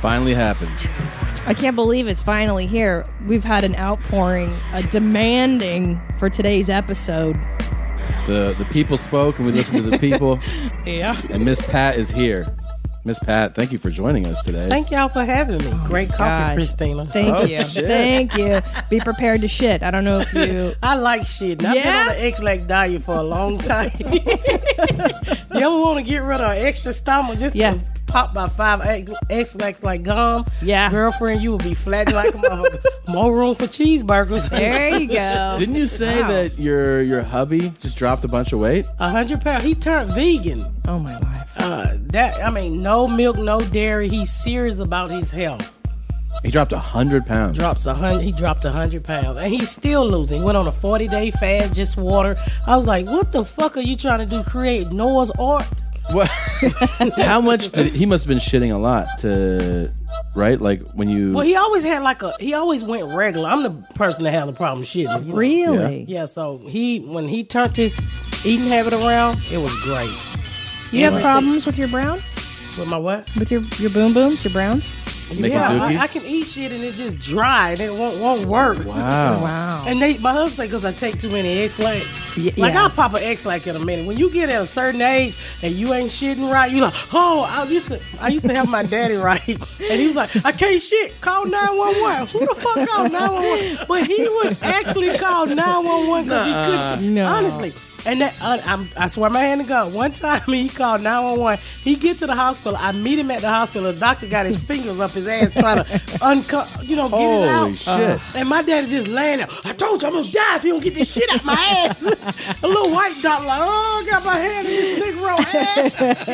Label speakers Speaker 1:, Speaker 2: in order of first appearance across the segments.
Speaker 1: Finally happened.
Speaker 2: I can't believe it's finally here. We've had an outpouring, a demanding for today's episode.
Speaker 1: The the people spoke and we listened to the people.
Speaker 2: Yeah.
Speaker 1: and Miss Pat is here. Miss Pat, thank you for joining us today.
Speaker 3: Thank y'all for having me. Great coffee,
Speaker 2: Oh, gosh.
Speaker 3: Christina.
Speaker 2: Thank
Speaker 1: Oh,
Speaker 2: you.
Speaker 1: shit.
Speaker 2: Thank you. Be prepared to shit. I don't know if you.
Speaker 3: I like shit. I've
Speaker 2: Yeah?
Speaker 3: been on the X-Lax diet for a long time. you ever want to get rid of an extra stomach just
Speaker 2: Yeah.
Speaker 3: to pop by five X- X-Lax like gum?
Speaker 2: Yeah.
Speaker 3: Girlfriend, you will be flat like a motherfucker. More room for cheeseburgers.
Speaker 2: There you go.
Speaker 1: Didn't you say
Speaker 2: Wow.
Speaker 1: that your your hubby just dropped a bunch of weight?
Speaker 3: A hundred pounds. He turned vegan.
Speaker 2: Oh my life.
Speaker 3: Uh, that I mean, no milk, no dairy. He's serious about his health.
Speaker 1: He dropped a hundred pounds.
Speaker 3: drops a hundred. He dropped a hundred pounds, and he's still losing. He Went on a forty day fast, just water. I was like, "What the fuck are you trying to do? Create Noah's Ark?"
Speaker 1: What? How much did he must have been shitting a lot to right? Like when you
Speaker 3: Well, he always had like a. He always went regular. I'm the person that had the problem shitting. you know?
Speaker 2: Really?
Speaker 3: Yeah. So he when he turned his eating habit around, it was great.
Speaker 2: You have problems with your brown?
Speaker 3: With my what?
Speaker 2: With your your boom booms, your browns?
Speaker 1: Make a
Speaker 3: yeah,
Speaker 1: dookie?
Speaker 3: I, I can eat shit and it just dry. And it won't won't work.
Speaker 1: Wow.
Speaker 2: Oh, Wow.
Speaker 3: And they, my husband say, because I take too many X-Lax.
Speaker 2: Y-
Speaker 3: like, I'll
Speaker 2: yes.
Speaker 3: pop an X-Lax in a minute. When you get at a certain age and you ain't shitting right, you like, oh, I used to I used to have my daddy right. And he was like, I can't shit. Call 911. Who the fuck called 911? But he would actually call 911 because he couldn't shit.
Speaker 2: No.
Speaker 3: Honestly. And that, uh, I'm, I swear my hand to God, one time he called 911. He get to the hospital. I meet him at the hospital. The doctor got his fingers up his ass trying to unco- you know, get it out. Uh,
Speaker 1: Holy shit.
Speaker 3: And my daddy just laying there. I told you I'm gonna die if you don't get this shit out my ass. a little white dog like, oh, I got my hand in this Negro ass.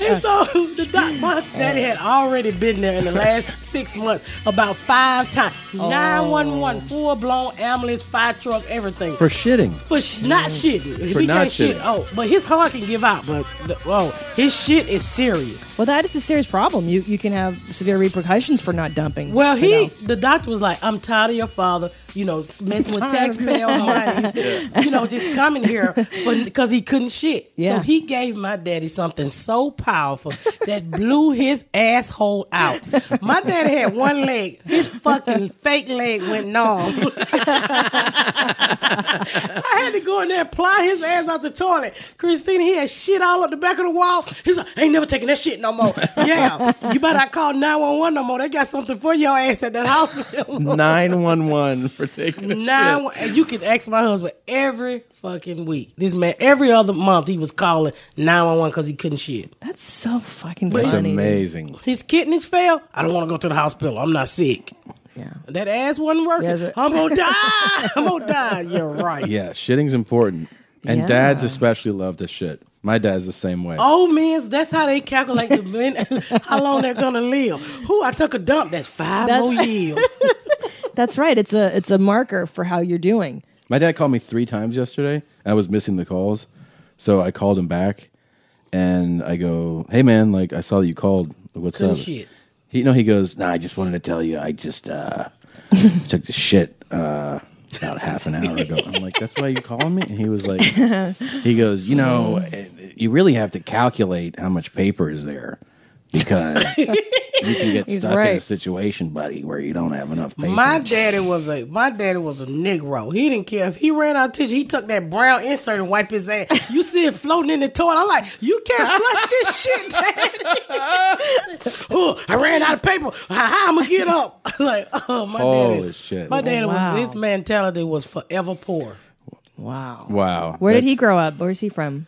Speaker 3: and so the doc, my daddy had already been there in the last six months about five times.
Speaker 1: Oh.
Speaker 3: Nine one one, full blown ambulance, fire truck, everything. For,
Speaker 1: For shitting.
Speaker 3: sh- not shitting. If
Speaker 1: For
Speaker 3: he
Speaker 1: not
Speaker 3: can't shit,
Speaker 1: shitting.
Speaker 3: oh, but his heart can give out. But the- oh, his shit is serious.
Speaker 2: well, that is a serious problem. You you can have severe repercussions for not dumping.
Speaker 3: Well,
Speaker 2: you
Speaker 3: he,
Speaker 2: know.
Speaker 3: the doctor was like, I'm tired of your father, you know, messing with
Speaker 1: Tired of your
Speaker 3: taxpayer money, you know, just coming here because he couldn't shit.
Speaker 2: Yeah.
Speaker 3: So he gave my daddy something so powerful that blew his asshole out. My daddy had one leg, his fucking fake leg went numb. I had to go in there and ply his ass out the toilet. Christina, he had shit all up the back of the wall. He's like, I ain't never taking that shit no more. yeah, you better not call 911 no more. They got something for your ass at that hospital.
Speaker 1: Nine one one for taking a shit.
Speaker 3: Nine, and you can ask my husband every fucking week. This man, every other month, he was calling 911 because he couldn't shit.
Speaker 2: That's so fucking
Speaker 1: That's
Speaker 2: funny. dude.
Speaker 1: amazing.
Speaker 3: His kidneys failed. I don't want to go to the hospital. I'm not sick.
Speaker 2: Yeah.
Speaker 3: That ass wasn't working.
Speaker 2: Yes, it-
Speaker 3: I'm gonna die. I'm gonna die. You're right.
Speaker 1: Yeah, shitting's important. And
Speaker 2: Yeah.
Speaker 1: dads especially love to shit. My dad's the same way.
Speaker 3: Old men, that's how they calculate the men, how long they're gonna live. Who I took a dump, that's five
Speaker 2: That's-
Speaker 3: more years.
Speaker 2: That's right. It's a it's a marker for how you're doing.
Speaker 1: My dad called me three times yesterday. And I was missing the calls, so I called him back, and I go, "Hey man, like I saw that you called. What's
Speaker 3: Couldn't
Speaker 1: up?"
Speaker 3: shit.
Speaker 1: He no, he goes, "Nah, I just wanted to tell you. I just uh took the shit uh about half an hour ago." I'm like, "That's why you calling me?" And he was like, "He goes, you know, you really have to calculate how much paper is there." Because you can get stuck in a
Speaker 2: right.
Speaker 1: situation, buddy, where you don't have enough paper.
Speaker 3: My daddy was a my daddy was a Negro. He didn't care if he ran out of tissue. He took that brown insert and wiped his ass. You see it floating in the toilet. I'm like, you can't flush this shit, daddy. oh, I ran out of paper. How I'm gonna get up? I was like, oh my
Speaker 1: Holy
Speaker 3: daddy.
Speaker 1: shit!
Speaker 3: My daddy
Speaker 2: wow.
Speaker 3: was his mentality was forever poor.
Speaker 2: Wow.
Speaker 1: Wow.
Speaker 2: Where did
Speaker 1: That's-
Speaker 2: he grow up? Where's he from?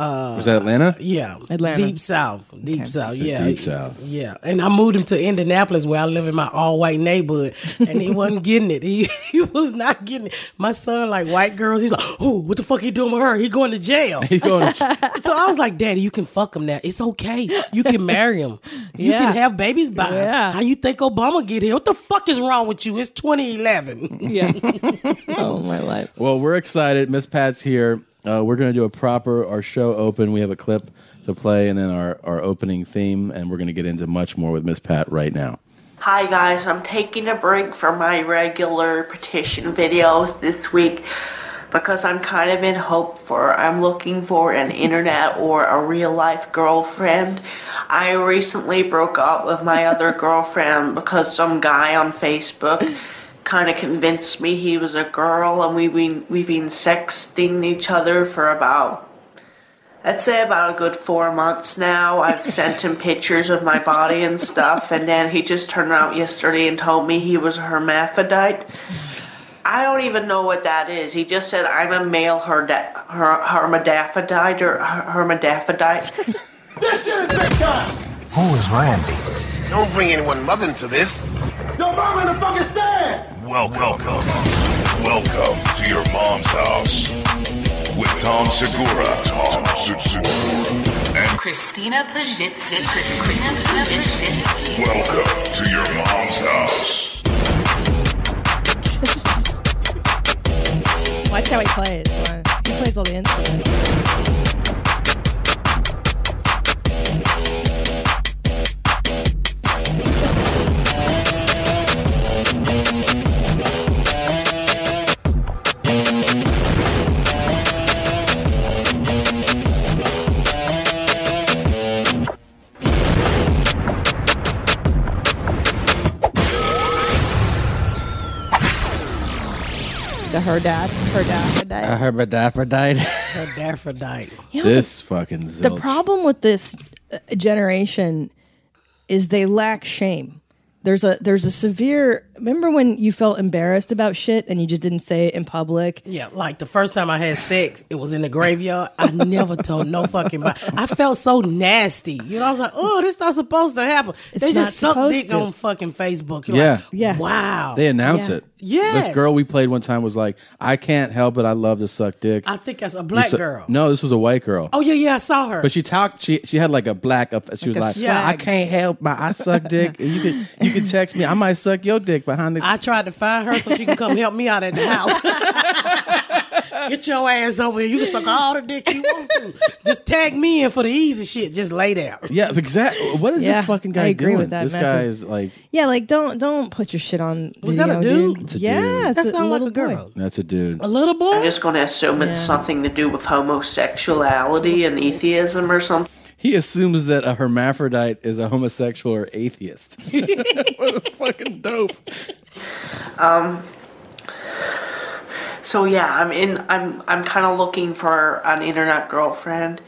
Speaker 1: Was that Atlanta?
Speaker 3: Yeah,
Speaker 2: Atlanta.
Speaker 3: deep south, deep south, yeah,
Speaker 1: deep south.
Speaker 3: yeah. And I moved him to Indianapolis, where I live in my all white neighborhood, and he wasn't getting it. He he was not getting it. My son like white girls. He's like, oh, what the fuck he doing with her? He going to jail.
Speaker 1: He's going to-
Speaker 3: so I was like, Daddy, you can fuck him now. It's okay. You can marry him. You
Speaker 2: Yeah.
Speaker 3: can have babies by him.
Speaker 2: Yeah.
Speaker 3: How you think Obama get here? What the fuck is wrong with you? It's 2011.
Speaker 2: Yeah. oh my life.
Speaker 1: well, we're excited. Miss Pat's here. Uh, we're going to do a proper our show open. We have a clip to play, and then our our opening theme, and we're going to get into much more with Miss Pat right now.
Speaker 4: Hi guys, I'm taking a break from my regular petition videos this week because I'm kind of in hope for I'm looking for an internet or a real life girlfriend. I recently broke up with my other girlfriend because some guy on Facebook kind of convinced me he was a girl, and we've been we've been sexting each other for about I'd say about a good four months now. I've sent him pictures of my body and stuff, and then he just turned out yesterday and told me he was a hermaphrodite. I don't even know what that is. He just said I'm a male herda- her- hermaphrodite or her- hermaphrodite.
Speaker 5: This shit is big time!
Speaker 6: Who is Randy?
Speaker 7: Don't bring anyone mother into this.
Speaker 5: Your mom in the fucking stand!
Speaker 8: Welcome. Welcome to your mom's house with Tom Segura. Tom Segura. And
Speaker 9: Christina Pajitsin. Christina Pajitsin.
Speaker 8: welcome to your mom's house.
Speaker 2: Watch how he plays. Why- He plays all the instruments. The her dad, her dad, her dad.
Speaker 1: Uh-huh. Hermaphrodite.
Speaker 3: Hermaphrodite.
Speaker 2: You know,
Speaker 1: this fucking zilch.
Speaker 2: the, the problem with this uh, generation is they lack shame. There's a there's a severe. Remember when you felt embarrassed about shit and you just didn't say it in public?
Speaker 3: Yeah, like the first time I had sex, it was in the graveyard. I never told no fucking body. I felt so nasty. You know, I was like, oh, this not supposed to happen.
Speaker 2: It's
Speaker 3: they
Speaker 2: not
Speaker 3: just suck
Speaker 2: supposed
Speaker 3: dick
Speaker 2: to.
Speaker 3: on fucking Facebook. You're
Speaker 1: Yeah.
Speaker 3: like,
Speaker 2: Yeah.
Speaker 3: Wow.
Speaker 1: They announce
Speaker 2: Yeah.
Speaker 1: it.
Speaker 3: Yes.
Speaker 1: This girl we played one time was like, I can't help it. I love to suck dick.
Speaker 3: I think that's a black
Speaker 1: So-
Speaker 3: girl.
Speaker 1: No, this was a white girl.
Speaker 3: Oh yeah, yeah, I saw her.
Speaker 1: But she talked. She she had like a black. up- She was
Speaker 2: a
Speaker 1: like,
Speaker 3: swag.
Speaker 1: I can't help my I suck dick. And you could you could text me. I might suck your dick behind the.
Speaker 3: I tried to find her so she can come help me out at the house. Get your ass over here. You can suck all the dick you want to. Just tag me in for the easy shit. Just lay down.
Speaker 1: yeah, exactly. What is
Speaker 2: Yeah,
Speaker 1: this fucking
Speaker 2: I
Speaker 1: guy
Speaker 2: agree
Speaker 1: doing?
Speaker 2: with that
Speaker 1: this
Speaker 2: method.
Speaker 1: guy is like
Speaker 2: Yeah, like don't don't put your shit on.
Speaker 3: Was that a
Speaker 2: video,
Speaker 3: dude?
Speaker 2: dude?
Speaker 3: It's
Speaker 1: a
Speaker 2: yeah,
Speaker 1: dude.
Speaker 2: it's
Speaker 3: That
Speaker 2: a
Speaker 3: sound like
Speaker 2: little
Speaker 3: a girl.
Speaker 1: that's a dude.
Speaker 3: A little
Speaker 4: I'm
Speaker 3: boy.
Speaker 4: just going to assume it's something to do with homosexuality and atheism or something.
Speaker 1: He assumes that a hermaphrodite is a homosexual or atheist. what a fucking dope.
Speaker 4: So yeah, I'm in. I'm I'm kind of looking for an internet girlfriend.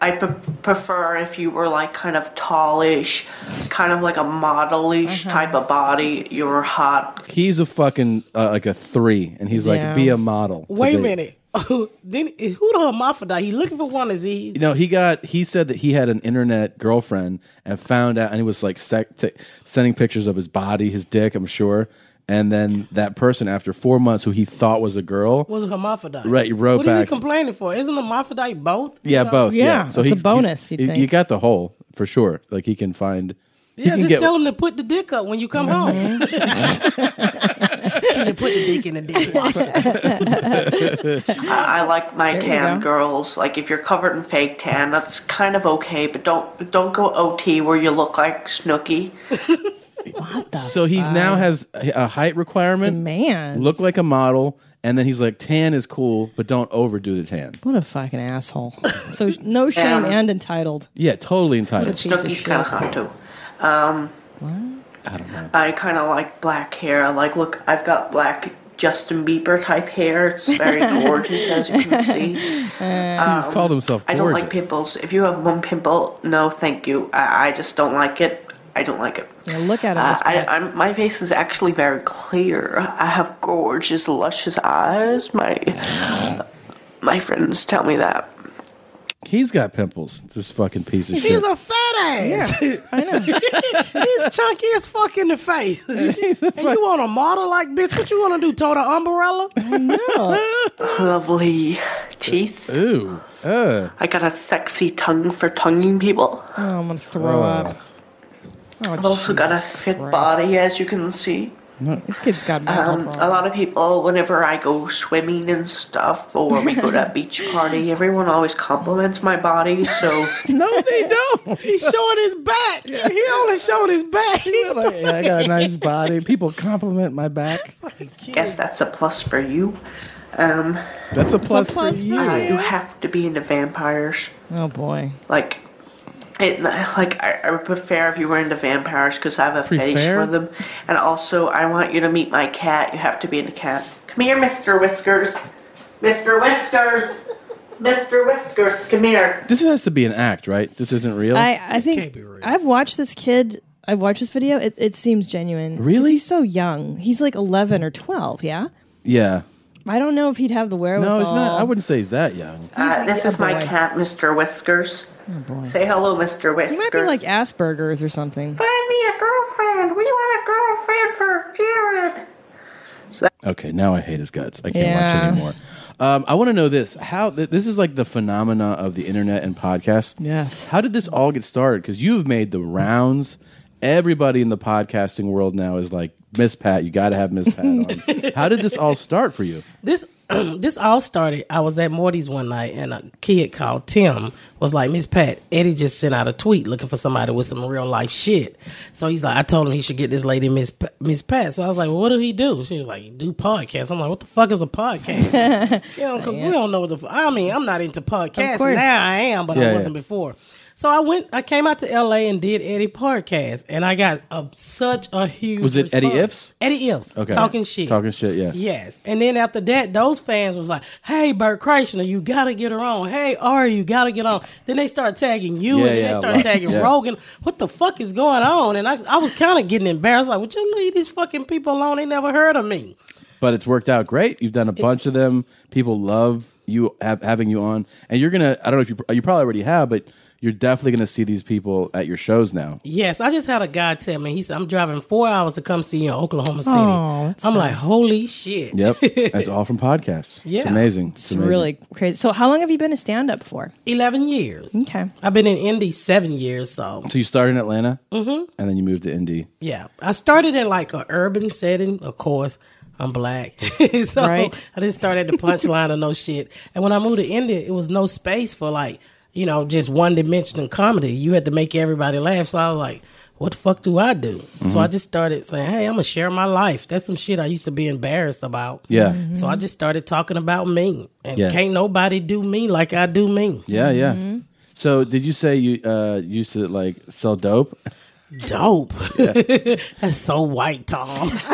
Speaker 4: I p- prefer if you were like kind of tallish, kind of like a
Speaker 2: Mm-hmm.
Speaker 4: modelish type of body. You were hot.
Speaker 1: He's a fucking uh, like a three, and he's
Speaker 2: Yeah.
Speaker 1: like, be a model.
Speaker 3: Wait a
Speaker 1: today."
Speaker 3: minute. then who the hermaphrodite? He looking for one? Is he?
Speaker 1: You know, he got. He said that he had an internet girlfriend and found out, and he was like sec- t- sending pictures of his body, his dick. I'm sure. And then that person, after four months, who he throught was a girl,
Speaker 3: was a hermaphrodite.
Speaker 1: Right, you wrote
Speaker 3: What is
Speaker 1: back-
Speaker 3: he complaining for? Isn't a hermaphrodite both?
Speaker 1: yeah, both, yeah.
Speaker 2: Yeah, it's a bonus,
Speaker 1: He,
Speaker 2: you'd think.
Speaker 1: You got the whole for sure. Like he can find. he
Speaker 3: Yeah,
Speaker 1: can
Speaker 3: just
Speaker 1: get-
Speaker 3: tell him to put the dick up when you come
Speaker 1: Mm-hmm.
Speaker 3: home. you put the dick in the dick washer.
Speaker 4: I, I like my
Speaker 2: you
Speaker 4: tan
Speaker 2: go.
Speaker 4: girls. Like if you're covered in fake tan, that's kind of okay. But don't don't go OT where you look like Snooky.
Speaker 1: So he now has a a height requirement.
Speaker 2: man.
Speaker 1: look like a model, and then he's like, tan is cool, but don't overdo the tan.
Speaker 2: what a fucking asshole. So no shame
Speaker 4: Yeah.
Speaker 2: and entitled.
Speaker 1: Yeah, totally entitled.
Speaker 2: Piece of
Speaker 4: Snooky's
Speaker 2: shit.
Speaker 4: kind of hot too. Um, I kind of like black hair. I Like, look, I've got black Justin Bieber type hair. It's very gorgeous, as you can see.
Speaker 1: he's called himself.
Speaker 4: I
Speaker 1: Gorgeous.
Speaker 4: don't like pimples. If you have one pimple, no, thank you. I, I just don't like it. I don't like it.
Speaker 2: Yeah, look at
Speaker 4: Uh, I,
Speaker 2: him.
Speaker 4: I'm, my face is actually very clear. I have gorgeous, luscious eyes. My my friends tell me that.
Speaker 1: He's got pimples. This fucking piece of
Speaker 3: He's
Speaker 1: shit.
Speaker 3: a fat ass.
Speaker 2: I know.
Speaker 3: He's chunky as fuck in the face. and you want a model like bitch? What you want to do? Tote an umbrella?
Speaker 4: Lovely teeth.
Speaker 1: Ooh, uh,
Speaker 4: I got a sexy tongue for tonguing people.
Speaker 2: Oh, I'm gonna throw up. Oh,
Speaker 4: I've also got a fit body, as you can see.
Speaker 2: This kid's got
Speaker 4: Um,
Speaker 2: mental
Speaker 4: a
Speaker 2: problems.
Speaker 4: lot of people, whenever I go swimming and stuff, or we go to a beach party, everyone always compliments my body. So
Speaker 1: no, they don't.
Speaker 3: He's showing his back. He only showed his back.
Speaker 1: Like, yeah, I got a nice body. People compliment my back.
Speaker 4: guess that's a plus for you. Um,
Speaker 1: That's a plus,
Speaker 2: plus
Speaker 1: for
Speaker 2: for
Speaker 1: you.
Speaker 4: uh, you have to be into vampires.
Speaker 2: Oh boy.
Speaker 4: Like, It, like I, I would prefer if you were into vampires because I have a fetish
Speaker 1: Prefer?
Speaker 4: for them, and also I want you to meet my cat. You have to be into cat. Come here, Mister Whiskers, Mister Whiskers, Mister Whiskers. Come here.
Speaker 1: This has to be an act, right? This isn't real.
Speaker 2: I, I
Speaker 3: can't
Speaker 2: think
Speaker 3: be real.
Speaker 2: I've watched this kid. I've watched this video. It, it seems genuine. 'Cause
Speaker 1: Really?
Speaker 2: He's so young. He's like 11 or 12, yeah?
Speaker 1: yeah.
Speaker 2: I don't know if he'd have the wherewithal.
Speaker 1: No, it's not. I wouldn't say he's that young.
Speaker 4: Uh,
Speaker 2: He's-
Speaker 4: this is
Speaker 2: oh,
Speaker 4: my
Speaker 2: boy.
Speaker 4: cat, Mister Whiskers. Say hello, Mister Whiskers.
Speaker 2: He might be like Asperger's or something.
Speaker 4: Find me a girlfriend. We want a girlfriend for Jared.
Speaker 1: Okay, now I hate his guts. I can't watch
Speaker 2: Yeah.
Speaker 1: it anymore. Um, I want to know this. How th- this is like the phenomena of the internet and podcasts.
Speaker 2: Yes.
Speaker 1: How did this all get started? Because you've made the rounds. Everybody in the podcasting world now is like Miss Pat. You got to have Miss Pat on. How did this all start for you?
Speaker 3: This this all started. I was at Morty's one night, and a kid called Tim was like, "Miss Pat, Eddie just sent out a tweet looking for somebody with some real life shit." So he's like, "I told him he should get this lady Miss Pa- Miss Pat." So I was like, "Well, what do he do?" She was like, "Do podcasts." I'm like, "What the fuck is a podcast?" you know, because we don't know what the. fu- I mean, I'm not into podcasts
Speaker 2: Of course.
Speaker 3: now. I am, but
Speaker 1: Yeah,
Speaker 3: I
Speaker 1: yeah.
Speaker 3: wasn't before. So I went. I came out to L.A. and did Eddie podcast, and I got a, such a huge.
Speaker 1: Was it Eddie
Speaker 3: response.
Speaker 1: Ips?
Speaker 3: Eddie Ips.
Speaker 1: Okay.
Speaker 3: Talking shit.
Speaker 1: Talking shit. Yeah.
Speaker 3: Yes. And then after that, those fans was like, hey, Bert Kreischer, you got to get her on. Hey, Ari, you got to get on. Then they start tagging you
Speaker 1: Yeah,
Speaker 3: and then
Speaker 1: yeah,
Speaker 3: they start
Speaker 1: right.
Speaker 3: tagging
Speaker 1: Yeah.
Speaker 3: Rogan. What the fuck is going on? And I, I was kind of getting embarrassed. Like, would you leave these fucking people alone? They never heard of me.
Speaker 1: But it's worked out great. You've done a bunch of them. People love you have, having you on, and you're gonna. I don't know if you you probably already have, but you're definitely gonna see these people at your shows now.
Speaker 3: Yes, I just had a guy tell me, he said, I'm driving four hours to come see you in Oklahoma City.
Speaker 2: Oh, that's
Speaker 3: I'm like, holy shit.
Speaker 1: Yep, that's all from podcasts. it's
Speaker 3: Yeah.
Speaker 1: amazing.
Speaker 2: It's really crazy. So, how long have you been a stand up for?
Speaker 3: 11 years.
Speaker 2: Okay.
Speaker 3: I've been in Indy seven years, so
Speaker 1: So you started in Atlanta, mm-hmm. and then you moved to Indy.
Speaker 3: Yeah, I started in like a urban setting. Of course, I'm black, so
Speaker 2: Right.
Speaker 3: I didn't start at the punchline or no shit. And when I moved to India, it was no space for like you know just one dimensional comedy. You had to make everybody laugh. So I was like, "What the fuck do I do?"
Speaker 1: Mhm.
Speaker 3: So I just started saying, "Hey, I'm gonna share my life." That's some shit I used to be embarrassed about.
Speaker 1: Yeah.
Speaker 3: So I just started talking about me, and
Speaker 1: Yeah.
Speaker 3: can't nobody do me like I do me.
Speaker 1: Yeah, yeah.
Speaker 2: Mm-hmm.
Speaker 1: So did you say you uh, used to like sell dope?
Speaker 3: Dope. That's so white, Tom.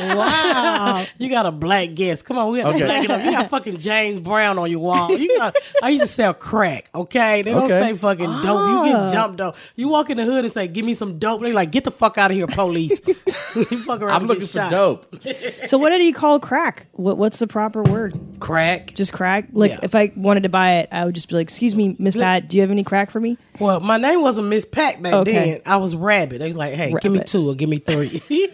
Speaker 3: wow. You got a black guest. Come on, we got to
Speaker 1: Okay.
Speaker 3: black it up. You got fucking James Brown on your wall. You got I used to sell crack, okay? They don't
Speaker 1: Okay.
Speaker 3: say fucking dope. You get jumped on. You walk in the hood and say, Give me some dope. They like, get the fuck out of here, police. You fuck around
Speaker 1: I'm
Speaker 3: and
Speaker 1: looking
Speaker 3: get
Speaker 1: for
Speaker 3: shot.
Speaker 1: dope.
Speaker 2: So, what do you call crack? What, what's the proper word?
Speaker 3: Crack.
Speaker 2: Just crack? Like,
Speaker 3: Yeah.
Speaker 2: if I wanted to buy it, I would just be like, excuse me, Miss Pat, do you have any crack for me?
Speaker 3: Well, my name wasn't Miss Pack back
Speaker 2: Okay.
Speaker 3: then. I was Rabbit. They was like, hey, give me
Speaker 2: Rabbit.
Speaker 3: two or give me three.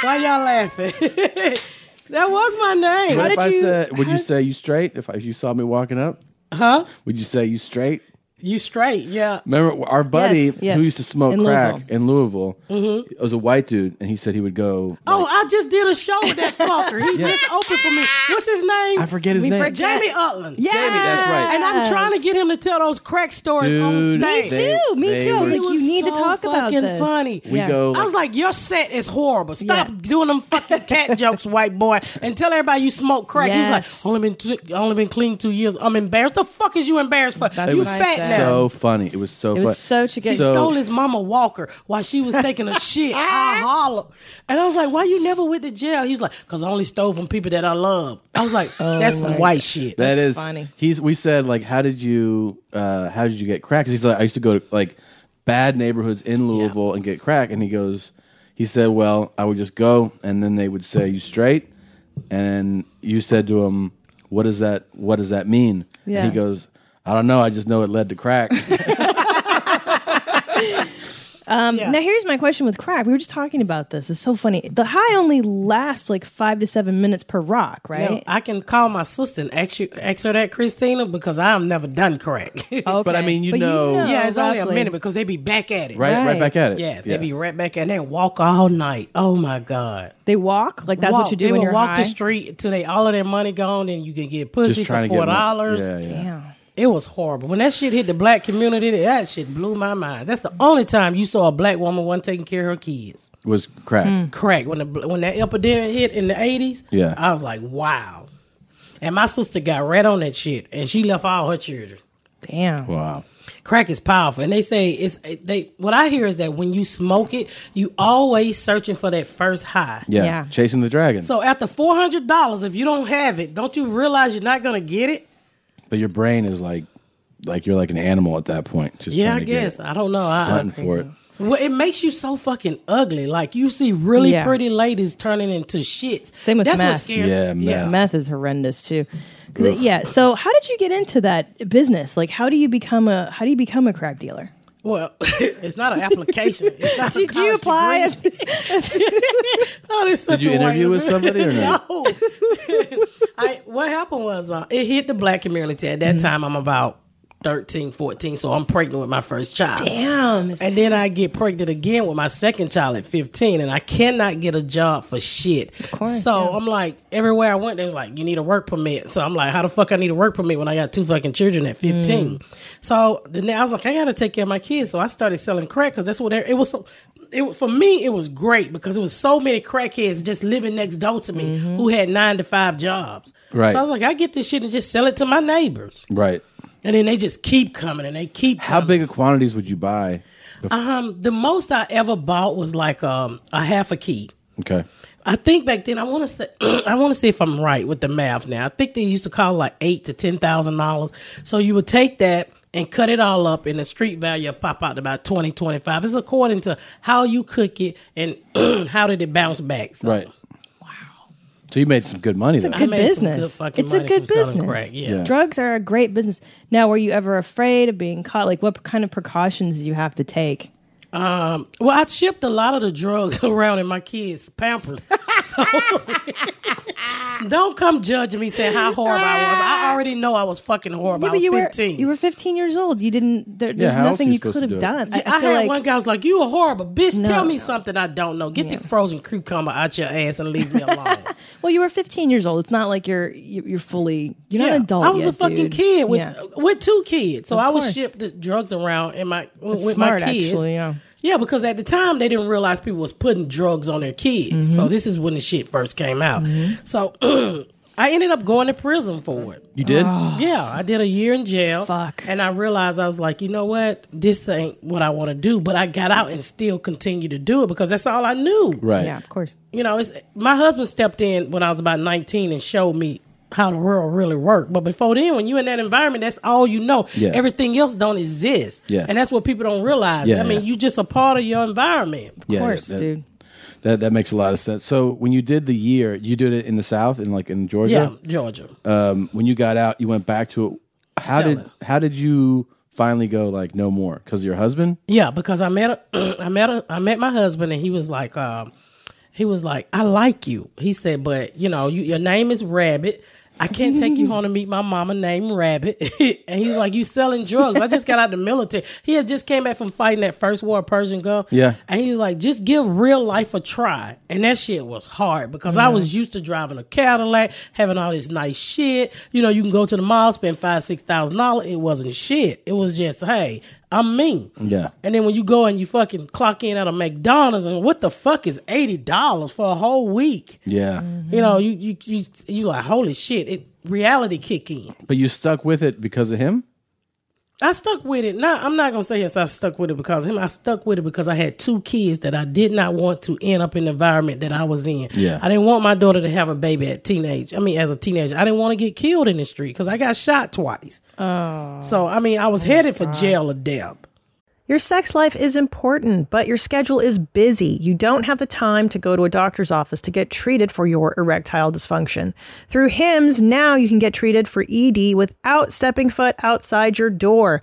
Speaker 3: Why y'all laughing? that was my name.
Speaker 1: What
Speaker 2: did
Speaker 1: if I
Speaker 2: you-
Speaker 1: said, would
Speaker 2: how
Speaker 1: you
Speaker 2: did-
Speaker 1: say you straight? If, I, if you saw me walking up,
Speaker 3: Huh?
Speaker 1: would you say you straight?
Speaker 3: You straight, yeah.
Speaker 1: Remember our buddy
Speaker 2: Yes, yes.
Speaker 1: who used to smoke
Speaker 2: In
Speaker 1: crack
Speaker 2: Louisville. Mm-hmm.
Speaker 1: in Louisville? It was a white dude, and he said he would go.
Speaker 3: Oh,
Speaker 1: like-
Speaker 3: I just did a show with that fucker. He
Speaker 1: Yeah.
Speaker 3: just opened for me. What's his name?
Speaker 1: I forget his
Speaker 2: We
Speaker 1: name.
Speaker 2: forget-
Speaker 3: Jamie Utland. Yeah.
Speaker 1: Jamie, that's right.
Speaker 3: And I'm trying to get him to tell those crack stories
Speaker 1: Dude,
Speaker 3: on
Speaker 1: Me
Speaker 3: stage.
Speaker 1: too. They-
Speaker 2: Dude, me
Speaker 1: they
Speaker 2: too. I was
Speaker 1: were-
Speaker 2: like,
Speaker 3: It
Speaker 2: you
Speaker 3: was
Speaker 2: need to
Speaker 3: so
Speaker 2: talk about
Speaker 3: fucking
Speaker 2: this.
Speaker 3: funny.
Speaker 1: we
Speaker 2: Yeah.
Speaker 1: go.
Speaker 3: I was like, your set is horrible. Stop
Speaker 2: Yeah.
Speaker 3: doing them fucking cat jokes, white boy, and tell everybody you smoke crack.
Speaker 2: Yes.
Speaker 3: He's like, only been two, only been clean two years. I'm embarrassed. The fuck is you embarrassed for?
Speaker 2: That's
Speaker 1: it
Speaker 3: you
Speaker 1: was
Speaker 2: what I
Speaker 3: fat
Speaker 2: said.
Speaker 3: now.
Speaker 1: so funny. It was so.
Speaker 2: It was
Speaker 1: funny.
Speaker 2: such a good.
Speaker 1: So-
Speaker 3: stole his mama walker while she was taking a shit. I holler. And I was like, why you never went to jail? He was like, because I only stole from people that I love. I was like,
Speaker 2: Oh
Speaker 3: that's some white shit.
Speaker 1: That
Speaker 2: That's
Speaker 1: is
Speaker 2: funny.
Speaker 1: He's. We said like, how did you? Uh, how did you get crack? 'Cause he's like, I used to go to like bad neighborhoods in Louisville and get crack. And he goes, he said, well, I would just go, and then they would say, you straight, and you said to him, what does that? What does that mean?
Speaker 2: Yeah.
Speaker 1: And he goes, I don't know. I just know it led to crack.
Speaker 3: Yeah.
Speaker 2: Now here's my question with crack. We were just talking about this. It's so funny. The high only lasts like five to seven minutes per rock, right?
Speaker 3: No, I can call my sister and ask, you, ask her that, Christina, because I've never done crack.
Speaker 1: But I mean, you
Speaker 2: But
Speaker 1: know-
Speaker 3: yeah, it's only a
Speaker 2: Oh, roughly.
Speaker 3: minute because they be back at it.
Speaker 1: right, right.
Speaker 2: Right.
Speaker 1: back at it.
Speaker 3: Yes,
Speaker 1: Yeah.
Speaker 3: they be right back at it. They walk all night. Oh my God.
Speaker 2: They walk like that's what
Speaker 3: Walk.
Speaker 2: you do
Speaker 3: they
Speaker 2: when
Speaker 3: would
Speaker 2: you're
Speaker 3: walk
Speaker 2: high.
Speaker 3: the street until they all of their money gone and you can get pussy
Speaker 1: just
Speaker 3: for
Speaker 1: trying to
Speaker 3: four
Speaker 1: get money.
Speaker 3: dollars.
Speaker 1: Yeah, yeah.
Speaker 2: Damn.
Speaker 3: It was horrible. When that shit hit the black community, that shit blew my mind. That's the only time you saw a black woman wasn't taking care of her kids.
Speaker 1: Was crack.
Speaker 3: Crack. When the when that epidemic hit in the eighties,
Speaker 1: Yeah.
Speaker 3: I was like, wow. And my sister got red on that shit, and she left all her children.
Speaker 2: Damn.
Speaker 1: Wow.
Speaker 3: crack is powerful and they say it's they what i hear is that when you smoke it you always searching for that first high
Speaker 1: Yeah.
Speaker 2: Yeah.
Speaker 1: Chasing the dragon.
Speaker 3: so after $400 if you don't have it don't you realize you're not gonna get it
Speaker 1: but your brain is like, like you're like an animal at that point. Just
Speaker 3: yeah
Speaker 1: trying
Speaker 3: i
Speaker 1: to get
Speaker 3: guess i don't know I,
Speaker 1: something for it.
Speaker 3: well, it makes you so fucking ugly like you see really
Speaker 2: Yeah.
Speaker 3: pretty ladies turning into shits
Speaker 2: Same with
Speaker 3: that's
Speaker 2: meth.
Speaker 3: what's scary
Speaker 1: Yeah, meth.
Speaker 2: Meth is horrendous too. 'Cause it- yeah. So how did you get into that business? Like, how do you become a how do you become a crack dealer?
Speaker 3: well it's not an application it's not a
Speaker 2: Do, do you
Speaker 3: college
Speaker 2: apply?
Speaker 3: degree. oh, that's such
Speaker 1: Did you
Speaker 3: a white
Speaker 1: interview with
Speaker 3: American-
Speaker 1: somebody or not?
Speaker 3: No. I, what happened was uh, it hit the black community. At
Speaker 2: Mm-hmm.
Speaker 3: that time, I'm about 13, 14, so I'm pregnant with my first child.
Speaker 2: Damn. it's-
Speaker 3: And then I get pregnant again with my second child at 15, and I cannot get a job for shit. Of
Speaker 2: course,
Speaker 3: so
Speaker 2: yeah.
Speaker 3: I'm like, everywhere I went, there's like, you need a work permit. So I'm like, how the fuck I need a work permit when I got two fucking children at 15?
Speaker 2: Mm.
Speaker 3: So then I was like, I gotta take care of my kids. So I started selling crack because that's what they- it was. So, it was- for me, it was great because it was so many crackheads just living next door to me
Speaker 2: Mm-hmm.
Speaker 3: who had nine to five jobs.
Speaker 1: Right.
Speaker 3: So I was like, I get this shit and just sell it to my neighbors,
Speaker 1: Right.
Speaker 3: and then they just keep coming and they keep.
Speaker 1: How
Speaker 3: coming.
Speaker 1: big of quantities would you buy?
Speaker 3: Um, the most I ever bought was like um a half a key.
Speaker 1: Okay.
Speaker 3: I think back then I want to say I want to see if I'm right with the math. Now I think they used to call it like eight to ten thousand dollars. So you would take that and cut it all up, and the street value will pop out to about twenty twenty five. It's according to how you cook it and how did it bounce back. So
Speaker 1: Right. Wow. So you made some good money then.
Speaker 2: a good
Speaker 3: I made some good
Speaker 2: business.
Speaker 3: fucking
Speaker 2: it's a
Speaker 3: money
Speaker 2: good
Speaker 3: from selling
Speaker 2: business.
Speaker 3: crack, yeah. Yeah.
Speaker 2: Drugs are a great business. Now, were you ever afraid of being caught? Like, what kind of precautions do you have to take?
Speaker 3: Um, well, I shipped a lot of the drugs around in my kids' Pampers. So don't come judging me saying how horrible I was. I already know I was fucking horrible.
Speaker 2: Yeah,
Speaker 3: I was
Speaker 2: you were
Speaker 3: 15.
Speaker 2: you were 15 years old. You didn't. There, there's
Speaker 1: how else
Speaker 2: nothing
Speaker 1: are you
Speaker 2: you
Speaker 1: supposed
Speaker 2: could
Speaker 1: to
Speaker 2: have
Speaker 1: do it?
Speaker 2: done.
Speaker 3: I,
Speaker 2: feel
Speaker 3: had
Speaker 2: like
Speaker 3: one guy was like, "You a horrible bitch.
Speaker 2: No,
Speaker 3: Tell me
Speaker 2: no.
Speaker 3: something I don't know. Get
Speaker 2: Yeah.
Speaker 3: the frozen cucumber out your ass and leave me alone."
Speaker 2: Well, you were 15 years old. It's not like you're you- you're fully you're not
Speaker 3: Yeah.
Speaker 2: an adult.
Speaker 3: I was
Speaker 2: yet,
Speaker 3: a fucking
Speaker 2: dude.
Speaker 3: kid with
Speaker 2: Yeah.
Speaker 3: with two kids, so
Speaker 2: Of
Speaker 3: I was
Speaker 2: course.
Speaker 3: shipped the drugs around in my with,
Speaker 2: That's
Speaker 3: with
Speaker 2: smart,
Speaker 3: my kids.
Speaker 2: actually, yeah.
Speaker 3: Yeah, because at the time they didn't realize people was putting drugs on their kids.
Speaker 2: Mm-hmm.
Speaker 3: So this is when the shit first came out. So I ended up going to prison for it.
Speaker 1: You did?
Speaker 3: Yeah, I did a year in jail.
Speaker 2: Fuck.
Speaker 3: And I realized I was like, you know what? This ain't what I want to do. But I got out and still continue to do it because that's all I knew.
Speaker 1: Right.
Speaker 2: Yeah, of course.
Speaker 3: You know, it's my husband stepped in when I was about nineteen and showed me how the world really worked. But before then, when you're in that environment, that's all you know.
Speaker 1: Yeah.
Speaker 3: Everything else don't exist.
Speaker 1: Yeah.
Speaker 3: And that's what people don't realize.
Speaker 1: Yeah,
Speaker 3: I mean,
Speaker 1: yeah.
Speaker 3: you just a part of your environment.
Speaker 2: Of
Speaker 1: Yeah, yeah,
Speaker 2: course,
Speaker 1: that-
Speaker 2: dude.
Speaker 1: That that makes a lot of sense. So when you did the year, you did it in the South, in like in
Speaker 3: Yeah,
Speaker 1: Georgia.
Speaker 3: Georgia.
Speaker 1: Um, when you got out, you went back to it. How
Speaker 3: Sell
Speaker 1: did
Speaker 3: it.
Speaker 1: how did you finally go like no more? Because your husband?
Speaker 3: Yeah, because I met a, I met a, I met my husband and he was like um he was like I like you. He said, but you know, you, your name is Rabbit. I can't take you home to meet my mama named Rabbit. and he's like, you selling drugs. I just got out of the military. He had just came back from fighting that first war of Persian Gulf.
Speaker 1: Yeah.
Speaker 3: And he's like, just give real life a try. And that shit was hard because I was used to driving a Cadillac, having all this nice shit. You know, you can go to the mall, spend five, six thousand dollars. It wasn't shit. It was just, hey, I'm me.
Speaker 1: Yeah.
Speaker 3: And then when you go and you fucking clock in at a McDonald's and what the fuck is eighty dollars for a whole week?
Speaker 1: Yeah.
Speaker 3: You know, you you you you like holy shit! It reality kick in.
Speaker 1: But you stuck with it because of him?
Speaker 3: I stuck with it. Not I'm not gonna say yes. I stuck with it because of him. I stuck with it because I had two kids that I did not want to end up in the environment that I was in.
Speaker 1: Yeah.
Speaker 3: I didn't want my daughter to have a baby at teenage. I mean, as a teenager, I didn't want to get killed in the street because I got shot twice. Oh. So I mean, I was headed for jail or death.
Speaker 6: Your sex life is important, but your schedule is busy. You don't have the time to go to a doctor's office to get treated for your erectile dysfunction. Through HIMS, now you can get treated for ED without stepping foot outside your door.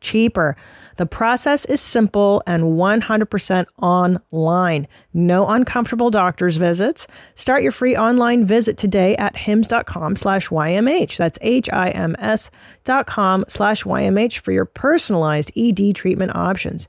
Speaker 2: cheaper. The process is simple and 100% online. No uncomfortable doctor's visits. Start your free online visit today at hims.com slash YMH. That's H-I-M-S dot com slash YMH for your personalized ED treatment options.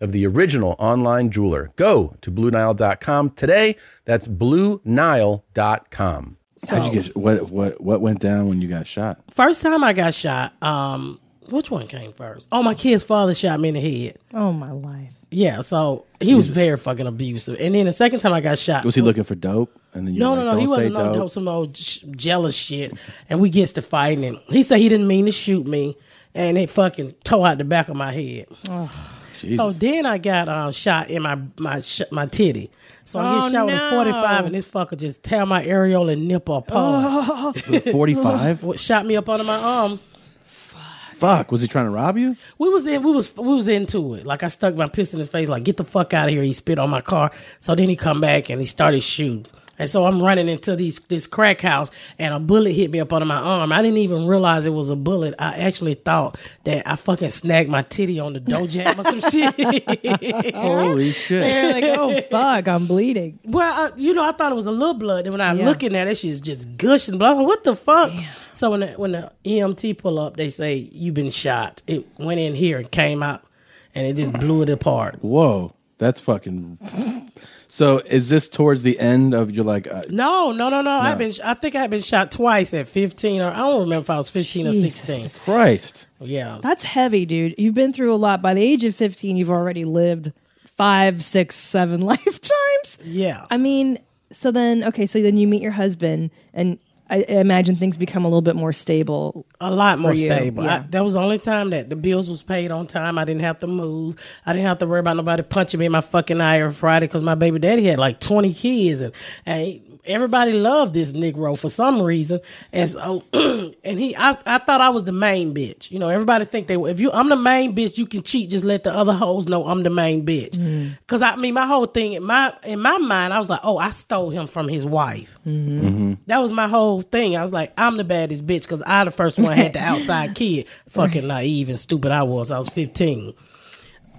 Speaker 1: of the original online jeweler. Go to BlueNile.com today. That's BlueNile.com.
Speaker 6: How'd you get? What what what went down when you got shot?
Speaker 3: First time I got shot, um, which one came first? Oh, my kid's father shot me in the head.
Speaker 10: Oh my life.
Speaker 3: Yeah, so he was very fucking abusive. And then the second time I got shot,
Speaker 6: Was he looking for dope? And then you
Speaker 3: no,
Speaker 6: were
Speaker 3: no,
Speaker 6: like,
Speaker 3: no, he
Speaker 6: "Don't say
Speaker 3: wasn't no dope, some old sh- jealous shit. And we gets to fighting, and he said he didn't mean to shoot me, and it fucking tore out the back of my head. So then I got um, shot in my my sh- my titty. So I
Speaker 2: Oh,
Speaker 3: get shot with
Speaker 2: no.
Speaker 3: a forty five, and this fucker just tear my areola and nipple apart.
Speaker 6: Forty five.
Speaker 3: What Shot me up under my arm.
Speaker 6: Fuck. Was he trying to rob you?
Speaker 3: We was in, we was, we was into it. Like I stuck my piss in his face, like get the fuck out of here. He spit on my car. So then he come back and he started shooting. And so I'm running into these this crack house, and a bullet hit me up under my arm. I didn't even realize it was a bullet. I actually thought that I fucking snagged my titty on the door jam or some shit.
Speaker 6: Holy shit.
Speaker 10: They're like, oh fuck, I'm bleeding.
Speaker 3: Well, I, you know, I thought it was a little blood. And when I looking at it, she's just gushing blood. I'm like, What the fuck? So when the, when the EMT pull up, they say you've been shot. It went in here and came out, and it just blew it apart.
Speaker 6: Whoa. That's fucking. So is this towards the end of your like? Uh,
Speaker 3: No, no, no, no. I've been. sh- I think I've been shot twice at 15, or I don't remember if I was 15 or
Speaker 10: Jesus.
Speaker 3: 16.
Speaker 6: Christ.
Speaker 3: Yeah.
Speaker 10: That's heavy, dude. You've been through a lot. By the age of 15, you've already lived five, six, seven lifetimes.
Speaker 3: Yeah.
Speaker 10: I mean, so then, okay, so then you meet your husband, and I, I imagine things become a little bit more stable.
Speaker 3: a lot more
Speaker 10: you,
Speaker 3: stable.
Speaker 10: yeah.
Speaker 3: I, that was the only time that the bills was paid on time. I didn't have to move. I didn't have to worry about nobody punching me in my fucking eye every Friday because my baby daddy had like twenty kids and, and he- everybody loved this Negro for some reason. And so and he I, I thought I was the main bitch. You know, everybody think they if you I'm the main bitch, you can cheat. Just let the other hoes know I'm the main bitch.
Speaker 10: Mm.
Speaker 3: Cause I mean my whole thing in my in my mind I was like, oh, I stole him from his wife. That was my whole thing. I was like, I'm the baddest bitch because I the first one had the outside kid. Fucking naive and stupid I was. I was 15.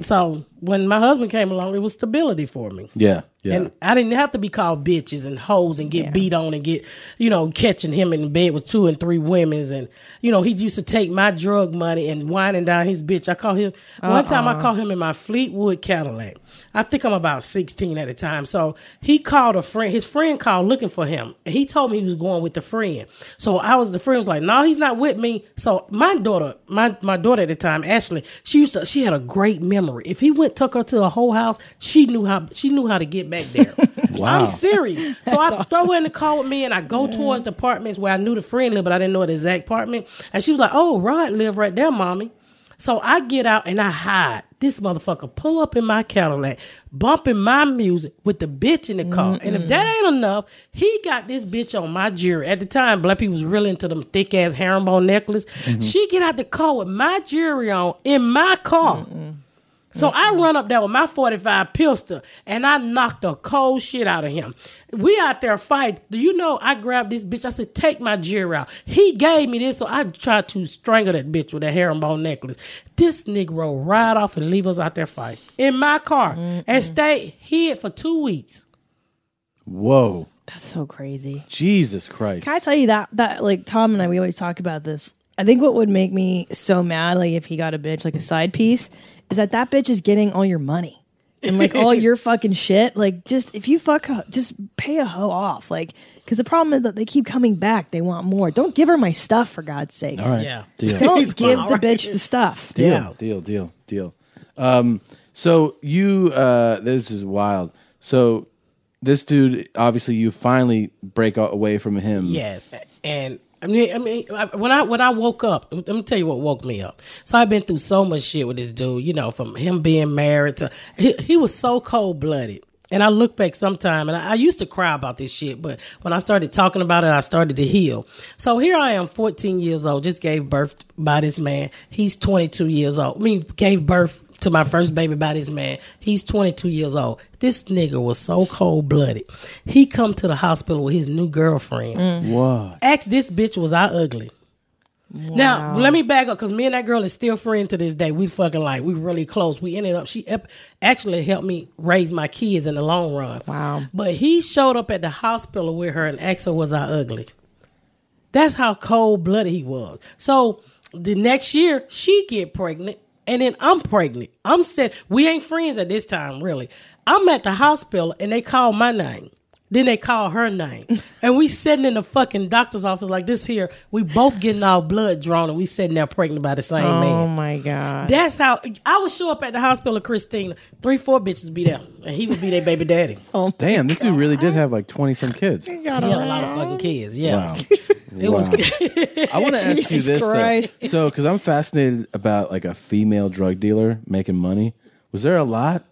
Speaker 3: So when my husband came along, it was stability for me.
Speaker 6: Yeah. Yeah.
Speaker 3: And I didn't have to be called bitches and hoes and get beat on and get, you know, catching him in bed with two and three women's. And, you know, he used to take my drug money and winding down his bitch. I call him, one time I called him in my Fleetwood Cadillac. I think I'm about 16 at the time. So he called a friend, his friend called looking for him. And he told me he was going with the friend. So I was, the friend was like, no, he's not with me. So my daughter, my, my daughter at the time, Ashley, she used to, she had a great memory. If he went, took her to a whole house, she knew how, she knew how to get back there.
Speaker 6: Wow.
Speaker 3: I'm serious. So I throw her in the car with me and I go towards the apartments where I knew the friend lived, but I didn't know the exact apartment. And she was like, Oh, Rod lived right there, mommy. So I get out and I hide. This motherfucker pull up in my Cadillac, bumping my music with the bitch in the car. And if that ain't enough, he got this bitch on my jury. At the time, black people was really into them thick ass herringbone necklace. She get out the car with my jewelry on in my car. So I run up there with my 45 pistol and I knocked the cold shit out of him. We out there fight. Do you know I grabbed this bitch? I said, take my jewelry out. He gave me this, so I tried to strangle that bitch with a herringbone necklace. This Negro ride off and leave us out there fight in my car and stay hid for two weeks.
Speaker 1: Whoa.
Speaker 2: That's so crazy.
Speaker 1: Jesus Christ.
Speaker 2: Can I tell you that that like Tom and I we always talk about this. I think what would make me so mad, like if he got a bitch like a side piece, is that that bitch is getting all your money and like all your fucking shit. Like just if you fuck, a- just pay a hoe off. Like because the problem is that they keep coming back. They want more. Don't give her my stuff for God's sakes.
Speaker 1: All right. Yeah. Deal.
Speaker 2: Don't
Speaker 1: He's
Speaker 2: give
Speaker 1: fine.
Speaker 2: the bitch the stuff.
Speaker 1: Deal, deal, deal, deal. Um, so you, uh, this is wild. So this dude, obviously, you finally break a- away from him.
Speaker 3: Yes, and I mean, I mean, I- when I when I woke up, let me tell you what woke me up. So I've been through so much shit with this dude. You know, from him being married to he, he was so cold blooded. And I look back sometime, and I, I used to cry about this shit, but when I started talking about it, I started to heal. So here I am, 14 years old, just gave birth by this man. He's 22 years old. I mean, gave birth to my first baby by this man. He's 22 years old. This nigga was so cold blooded. He come to the hospital with his new girlfriend.
Speaker 1: What?
Speaker 3: Ask this bitch, was I ugly? Now let me back up because me and that girl is still friend to this day. We fucking like we really close. We ended up she ep- actually helped me raise my kids in the long run. Wow! But he showed up at the hospital with her and asked her, "Was I ugly?" That's how cold blooded he was. So the next year she get pregnant and then I'm pregnant. I'm said we ain't friends at this time really. I'm at the hospital and they call my name. Then they call her name. And we sitting in the fucking doctor's office like this here. We both getting our blood drawn and we sitting there pregnant by the same
Speaker 6: Oh
Speaker 3: man.
Speaker 6: my god.
Speaker 3: That's how I would show up at the hospital of Christina. Three, four bitches be there. And he would be their baby daddy.
Speaker 1: Oh, Damn, this dude really did have like 20 some kids.
Speaker 3: He had a lot of fucking kids. Yeah.
Speaker 1: Wow.
Speaker 3: It was
Speaker 1: Wow. I want to ask you
Speaker 3: Jesus
Speaker 1: this. though.
Speaker 3: Christ.
Speaker 1: So, because I'm fascinated about like a female drug dealer making money. Was there a lot?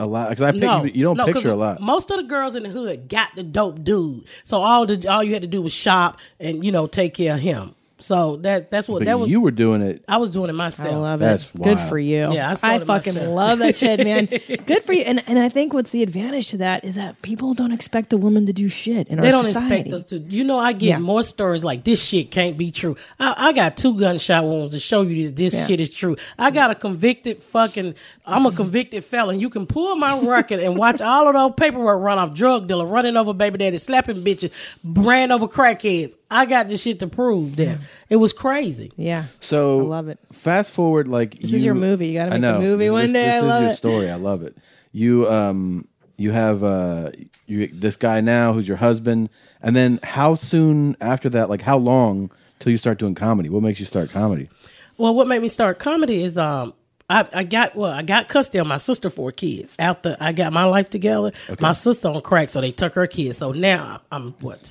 Speaker 1: A lot? Because I pick, you, you don't
Speaker 3: 'cause
Speaker 1: picture a lot.
Speaker 3: Most of the girls in the hood got the dope dude, so all the all you had to do was shop and you know take care of him. So that that's what
Speaker 1: But
Speaker 3: that was.
Speaker 1: you were doing it.
Speaker 3: I was doing it myself.
Speaker 2: I love
Speaker 1: That's
Speaker 2: it. Good
Speaker 1: wild.
Speaker 2: for you.
Speaker 3: Yeah, I sold it
Speaker 2: fucking
Speaker 3: myself.
Speaker 2: love that shit, man. Good for you. And and I think what's the advantage to that is that people don't expect a woman to do shit in
Speaker 3: They
Speaker 2: our
Speaker 3: don't
Speaker 2: society.
Speaker 3: expect us to. You know, I get
Speaker 2: Yeah.
Speaker 3: more stories like this shit can't be true. I, I got two gunshot wounds to show you that this
Speaker 2: Yeah.
Speaker 3: shit is true. I got a convicted fucking. I'm a convicted felon. You can pull my record and watch all of those paperwork run off. Drug dealer running over baby daddy, slapping bitches, ran over crackheads. I got this shit to prove that it was crazy.
Speaker 2: Yeah.
Speaker 1: So
Speaker 2: I love it.
Speaker 1: Fast forward, like
Speaker 2: This is your movie. You gotta
Speaker 1: I
Speaker 2: make a
Speaker 1: know.
Speaker 2: movie
Speaker 1: This-
Speaker 2: one
Speaker 1: this-
Speaker 2: day.
Speaker 1: This
Speaker 2: I
Speaker 1: is
Speaker 2: love
Speaker 1: your
Speaker 2: it.
Speaker 1: story. I love it. You um you have uh you this guy now who's your husband, and then how soon after that? Like how long till you start doing comedy? What makes you start comedy?
Speaker 3: Well, what made me start comedy is um I, I got well, I got custody of my sister for kids. After I got my life together, my sister on crack, so they took her kids. So now I'm what